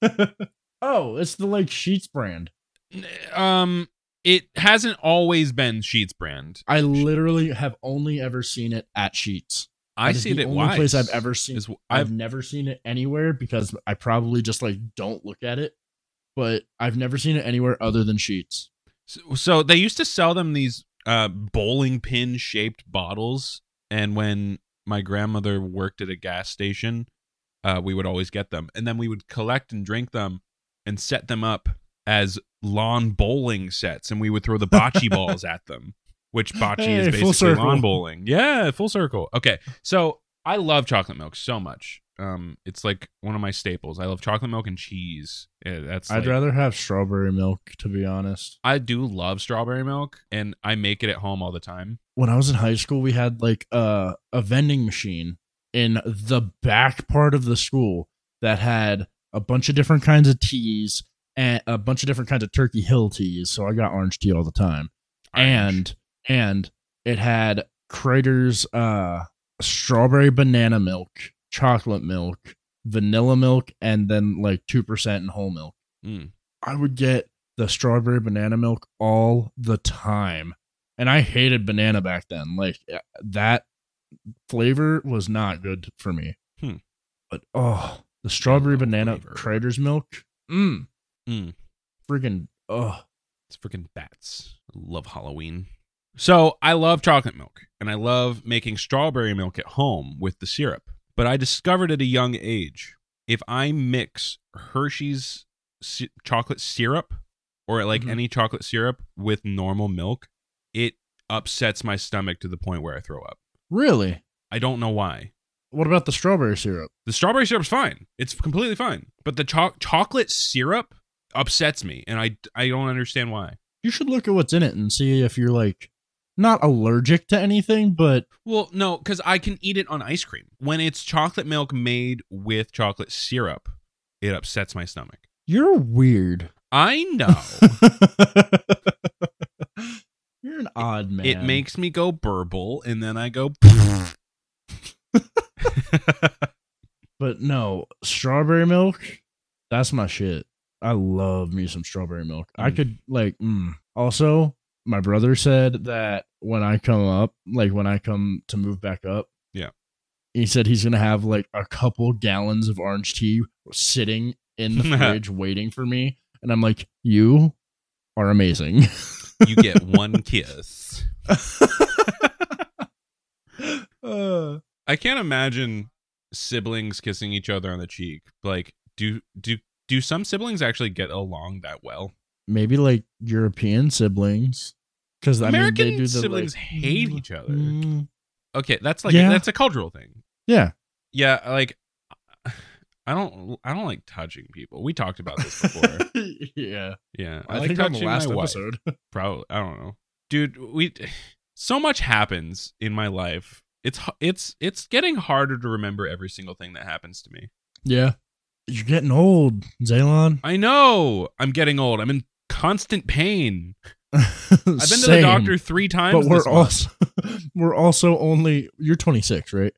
Speaker 2: oh, it's the like Sheets brand.
Speaker 1: um, it hasn't always been Sheets brand.
Speaker 2: I literally have only ever seen it at Sheets.
Speaker 1: I
Speaker 2: That is
Speaker 1: see
Speaker 2: the
Speaker 1: that.
Speaker 2: only
Speaker 1: Wise
Speaker 2: place I've ever seen.
Speaker 1: Is,
Speaker 2: I've
Speaker 1: I've
Speaker 2: never seen it anywhere because I probably just like don't look at it. But I've never seen it anywhere other than Sheets.
Speaker 1: So, so they used to sell them these uh, bowling pin shaped bottles, and when my grandmother worked at a gas station, uh, we would always get them, and then we would collect and drink them, and set them up as lawn bowling sets, and we would throw the bocce balls at them, which bocce is
Speaker 2: Hey, full
Speaker 1: basically lawn
Speaker 2: circle.
Speaker 1: bowling. Yeah, full circle. Okay, so I love chocolate milk so much. Um, it's like one of my staples. I love chocolate milk and cheese. Yeah, that's
Speaker 2: I'd
Speaker 1: like-
Speaker 2: rather have strawberry milk, to be honest.
Speaker 1: I do love strawberry milk, and I make it at home all the time.
Speaker 2: When I was in high school, we had like a, a vending machine in the back part of the school that had a bunch of different kinds of teas and a bunch of different kinds of Turkey Hill teas. So I got orange tea all the time. And and it had Crater's uh strawberry banana milk, chocolate milk, vanilla milk, and then like two percent in whole milk.
Speaker 1: Mm.
Speaker 2: I would get the strawberry banana milk all the time. And I hated banana back then. Like uh, that flavor was not good for me.
Speaker 1: Hmm.
Speaker 2: But oh, the strawberry
Speaker 1: Banana
Speaker 2: banana
Speaker 1: flavor.
Speaker 2: Crater's milk. Mmm.
Speaker 1: Mm.
Speaker 2: Friggin' oh.
Speaker 1: it's freaking bats. I love Halloween. So I love chocolate milk, and I love making strawberry milk at home with the syrup. But I discovered at a young age if I mix Hershey's sy- chocolate syrup or like
Speaker 2: Mhm.
Speaker 1: any chocolate syrup with normal milk, it upsets my stomach to the point where I throw up.
Speaker 2: Really?
Speaker 1: I don't know why.
Speaker 2: What about the strawberry syrup?
Speaker 1: The strawberry syrup's fine. It's completely fine. But the cho- chocolate syrup upsets me, and I I don't understand why.
Speaker 2: You should look at what's in it and see if you're like not allergic to anything, but
Speaker 1: Well, no, because I can eat it on ice cream. When it's chocolate milk made with chocolate syrup, it upsets my stomach.
Speaker 2: you're weird.
Speaker 1: I know.
Speaker 2: you're an odd man.
Speaker 1: it makes me go burble, and then I go.
Speaker 2: But no, strawberry milk, that's my shit. I love me some strawberry milk. I
Speaker 1: Mm.
Speaker 2: could like mm. also my brother said that when I come up, like when I come to move back up,
Speaker 1: Yeah.
Speaker 2: He said he's gonna have like a couple gallons of orange tea sitting in the fridge waiting for me. And I'm like, you are amazing.
Speaker 1: you get one kiss.
Speaker 2: uh,
Speaker 1: I can't imagine siblings kissing each other on the cheek. Like, do do do some siblings actually get along that well?
Speaker 2: maybe like European siblings. Because I mean,
Speaker 1: American
Speaker 2: they do the
Speaker 1: siblings
Speaker 2: like,
Speaker 1: hate
Speaker 2: mm,
Speaker 1: each other.
Speaker 2: mm.
Speaker 1: Okay, that's like
Speaker 2: Yeah.
Speaker 1: that's a cultural thing.
Speaker 2: Yeah.
Speaker 1: Yeah, like I don't I don't like touching people. We talked about this before.
Speaker 2: yeah.
Speaker 1: yeah,
Speaker 2: I, think on the last
Speaker 1: wife.
Speaker 2: episode.
Speaker 1: Probably I don't know, dude. We so much happens in my life. It's h- it's it's getting harder to remember every single thing that happens to me.
Speaker 2: yeah. You're getting old, Zaylon.
Speaker 1: I know I'm getting old. I'm in constant pain.
Speaker 2: I've been
Speaker 1: I've been to the doctor three times.
Speaker 2: but we're
Speaker 1: this month.
Speaker 2: also we're also only you're 26, right?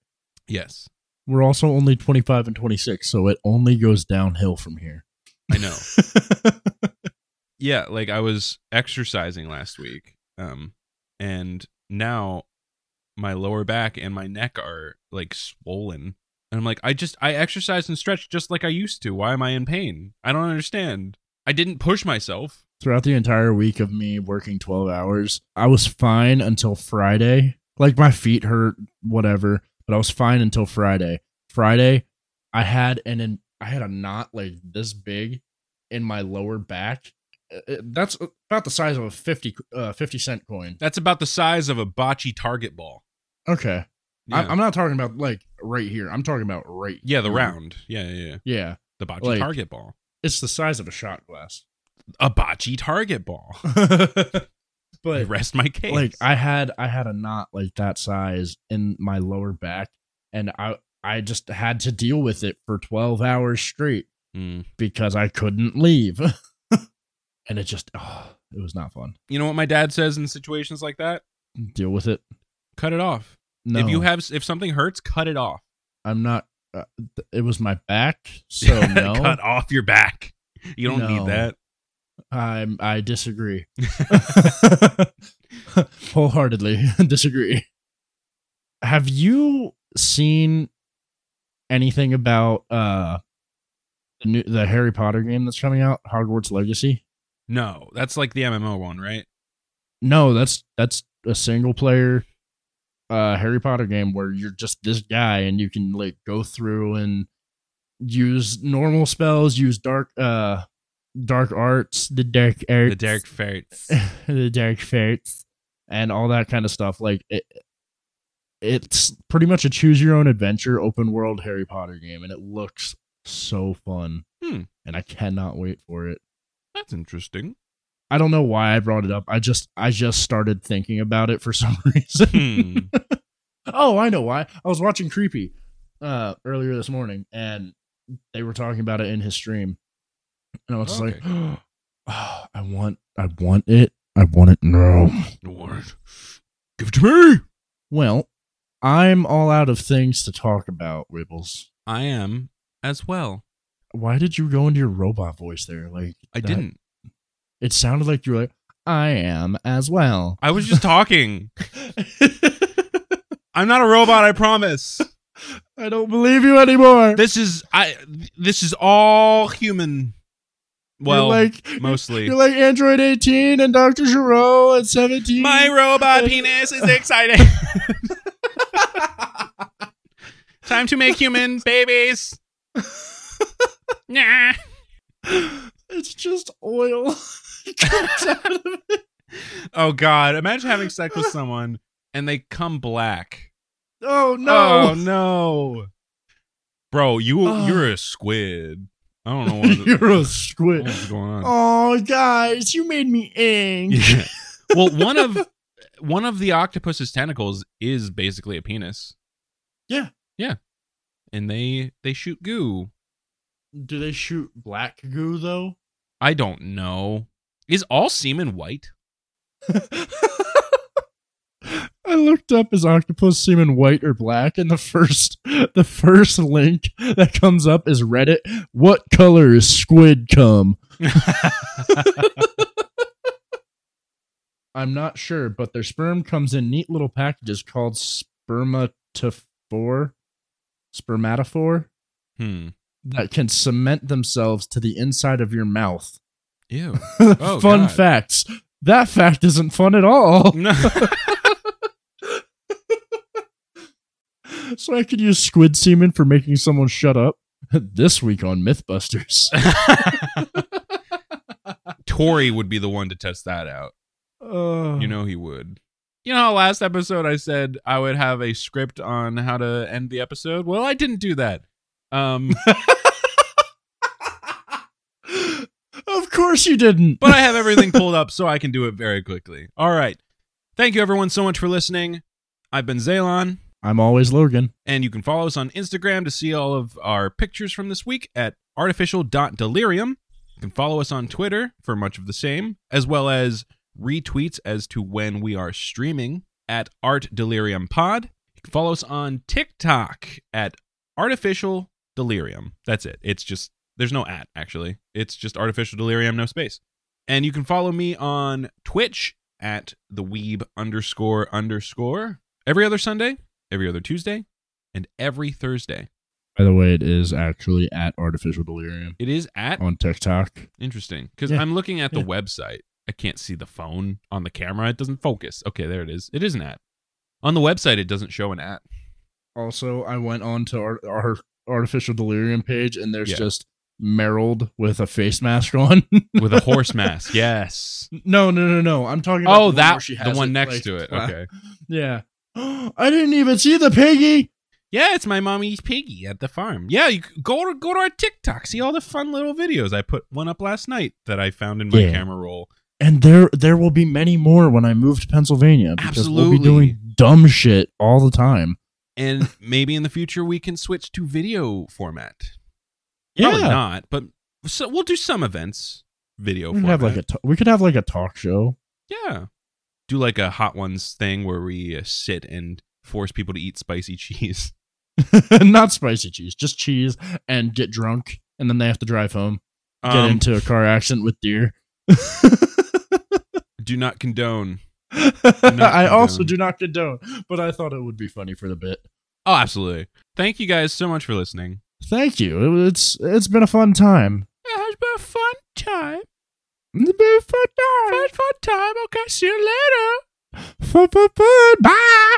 Speaker 1: yes.
Speaker 2: We're also only 25 and 26, so it only goes downhill from here.
Speaker 1: I know. yeah, like I was exercising last week, um, and now my lower back and my neck are like swollen, and I'm like, I just I exercised and stretched just like I used to. Why am I in pain? I don't understand. I didn't push myself.
Speaker 2: Throughout the entire week of me working 12 hours, I was fine until Friday. Like my feet hurt, whatever, but I was fine until Friday. Friday, I had an I had a knot like this big in my lower back uh, that's about the size of a 50, uh, 50 cent coin.
Speaker 1: That's about the size of a bocce target ball.
Speaker 2: Okay.
Speaker 1: Yeah,
Speaker 2: I'm, I'm not talking about like right here. I'm talking about right.
Speaker 1: yeah the
Speaker 2: here.
Speaker 1: round. Yeah, yeah, yeah.
Speaker 2: Yeah.
Speaker 1: The bocce
Speaker 2: Like-
Speaker 1: target ball.
Speaker 2: It's the size of a shot glass.
Speaker 1: A bocce target ball. I
Speaker 2: but
Speaker 1: rest my case.
Speaker 2: like I had I had a knot like that size in my lower back and I I just had to deal with it for 12 hours straight
Speaker 1: Mm.
Speaker 2: because I couldn't leave. and it just oh, it was not fun.
Speaker 1: You know what my dad says in situations like that?
Speaker 2: Deal with it.
Speaker 1: Cut it off.
Speaker 2: No.
Speaker 1: If you have if something hurts, cut it off.
Speaker 2: I'm not uh, th- it was my back, so no.
Speaker 1: cut off your back. You don't
Speaker 2: No.
Speaker 1: need that.
Speaker 2: I'm I disagree. Wholeheartedly disagree. Have you seen anything about uh the new the Harry Potter game that's coming out, Hogwarts Legacy?
Speaker 1: No, that's like the MMO one, right?
Speaker 2: No, that's that's a single player uh Harry Potter game where you're just this guy and you can like go through and use normal spells, use dark uh dark arts, the dark arts.
Speaker 1: The Derek Ferrets.
Speaker 2: the Derek Fates and all that kind of stuff. Like it, it's pretty much a choose your own adventure open world Harry Potter game, and it looks so fun.
Speaker 1: Hmm.
Speaker 2: And I cannot wait for it.
Speaker 1: That's interesting.
Speaker 2: I don't know why I brought it up. I just I just started thinking about it for some reason.
Speaker 1: Hmm.
Speaker 2: oh, I know why. I was watching Creepy uh earlier this morning and they were talking about it in his stream. And I was just
Speaker 1: Okay.
Speaker 2: like, oh, I want I want it. I want it now.
Speaker 1: What? Give it to me.
Speaker 2: Well, I'm all out of things to talk about, Ribbles.
Speaker 1: I am as well.
Speaker 2: Why did you go into your robot voice there? Like
Speaker 1: I
Speaker 2: that-
Speaker 1: didn't.
Speaker 2: It sounded like you were like, I am as well.
Speaker 1: I was just talking. I'm not a robot, I promise.
Speaker 2: I don't believe you anymore.
Speaker 1: This is I this is all human. Well,
Speaker 2: you're like
Speaker 1: mostly.
Speaker 2: you're like Android 18 and Dr. Giroux at 17.
Speaker 1: My robot penis is exciting. Time to make human babies. nah.
Speaker 2: it's just oil. Comes out of it.
Speaker 1: Oh god, imagine having sex with someone and they come black.
Speaker 2: oh no.
Speaker 1: Oh no. Bro, you
Speaker 2: Oh.
Speaker 1: you're a squid. I don't know what, the-
Speaker 2: You're a
Speaker 1: I
Speaker 2: squid.
Speaker 1: don't know what's going on.
Speaker 2: Oh guys, you made me ink.
Speaker 1: Yeah. Well, one of one of the octopus's tentacles is basically a penis.
Speaker 2: Yeah.
Speaker 1: Yeah. And they they shoot goo.
Speaker 2: Do they shoot black goo though?
Speaker 1: I don't know. Is all semen white?
Speaker 2: I looked up is octopus semen white or black, and the first the first link that comes up is Reddit. What color is squid cum? I'm not sure, but their sperm comes in neat little packages called spermatophore, spermatophore
Speaker 1: Hmm.
Speaker 2: that can cement themselves to the inside of your mouth.
Speaker 1: Ew. Oh,
Speaker 2: fun
Speaker 1: God.
Speaker 2: facts. That fact isn't fun at all.
Speaker 1: No.
Speaker 2: So I could use squid semen for making someone shut up. this week on Mythbusters.
Speaker 1: Tori would be the one to test that out.
Speaker 2: Oh.
Speaker 1: You know he would. You know how last episode I said I would have a script on how to end the episode? Well, I didn't do that. Um,
Speaker 2: of course you didn't.
Speaker 1: but I have everything pulled up so I can do it very quickly. All right. Thank you everyone so much for listening. I've been Zalon.
Speaker 2: I'm always Logan.
Speaker 1: And you can follow us on Instagram to see all of our pictures from this week at artificial.delirium. You can follow us on Twitter for much of the same, as well as retweets as to when we are streaming at Art Delirium Pod. You can follow us on TikTok at Artificial Delirium. That's it. It's just, there's no at actually. It's just Artificial Delirium, no space. And you can follow me on Twitch at the weeb underscore underscore every other Sunday, every other Tuesday, and every Thursday.
Speaker 2: By the way, it is actually at Artificial Delirium
Speaker 1: It is at
Speaker 2: on TikTok.
Speaker 1: interesting because
Speaker 2: Oh. Yeah.
Speaker 1: I'm looking at the
Speaker 2: Yeah.
Speaker 1: website. I can't see the phone on the camera. It doesn't focus. Okay, there it is. It is an app. On the website, it doesn't show an app.
Speaker 2: Also, I went on to our, our Artificial Delirium page, and there's
Speaker 1: Yeah.
Speaker 2: just Merrilled with a face mask on.
Speaker 1: with a horse mask. Yes.
Speaker 2: no, no, no, no. I'm talking about
Speaker 1: Oh,
Speaker 2: the one
Speaker 1: that
Speaker 2: where she
Speaker 1: the
Speaker 2: has
Speaker 1: one
Speaker 2: it,
Speaker 1: next
Speaker 2: like,
Speaker 1: to it.
Speaker 2: flat.
Speaker 1: Okay.
Speaker 2: Yeah. I didn't even see the piggy.
Speaker 1: Yeah, it's my mommy's piggy at the farm. Yeah, you c- go to go to our TikTok, see all the fun little videos. I put one up last night that I found in my
Speaker 2: Yeah.
Speaker 1: camera roll.
Speaker 2: And there there will be many more when I move to Pennsylvania because we'll
Speaker 1: Absolutely.
Speaker 2: be doing dumb shit all the time.
Speaker 1: And maybe in the future we can switch to video format. Probably
Speaker 2: Yeah.
Speaker 1: not, but so we'll do some events video
Speaker 2: We could
Speaker 1: format.
Speaker 2: have like a ta- we could have like a talk show.
Speaker 1: yeah. Do like a hot ones thing where we uh, sit and force people to eat spicy cheese.
Speaker 2: Not spicy cheese, just cheese and get drunk and then they have to drive home. Get
Speaker 1: Um,
Speaker 2: into a car accident with deer.
Speaker 1: do not condone.
Speaker 2: I also
Speaker 1: condone.
Speaker 2: do not condone, but I thought it would be funny for the bit.
Speaker 1: Oh, absolutely. Thank you guys so much for listening.
Speaker 2: Thank you. It- It's it's been a fun time.
Speaker 1: It has been a fun time.
Speaker 2: It's been a fun time.
Speaker 1: fun time. Okay, see you later.
Speaker 2: Fun, fun, fun. Bye.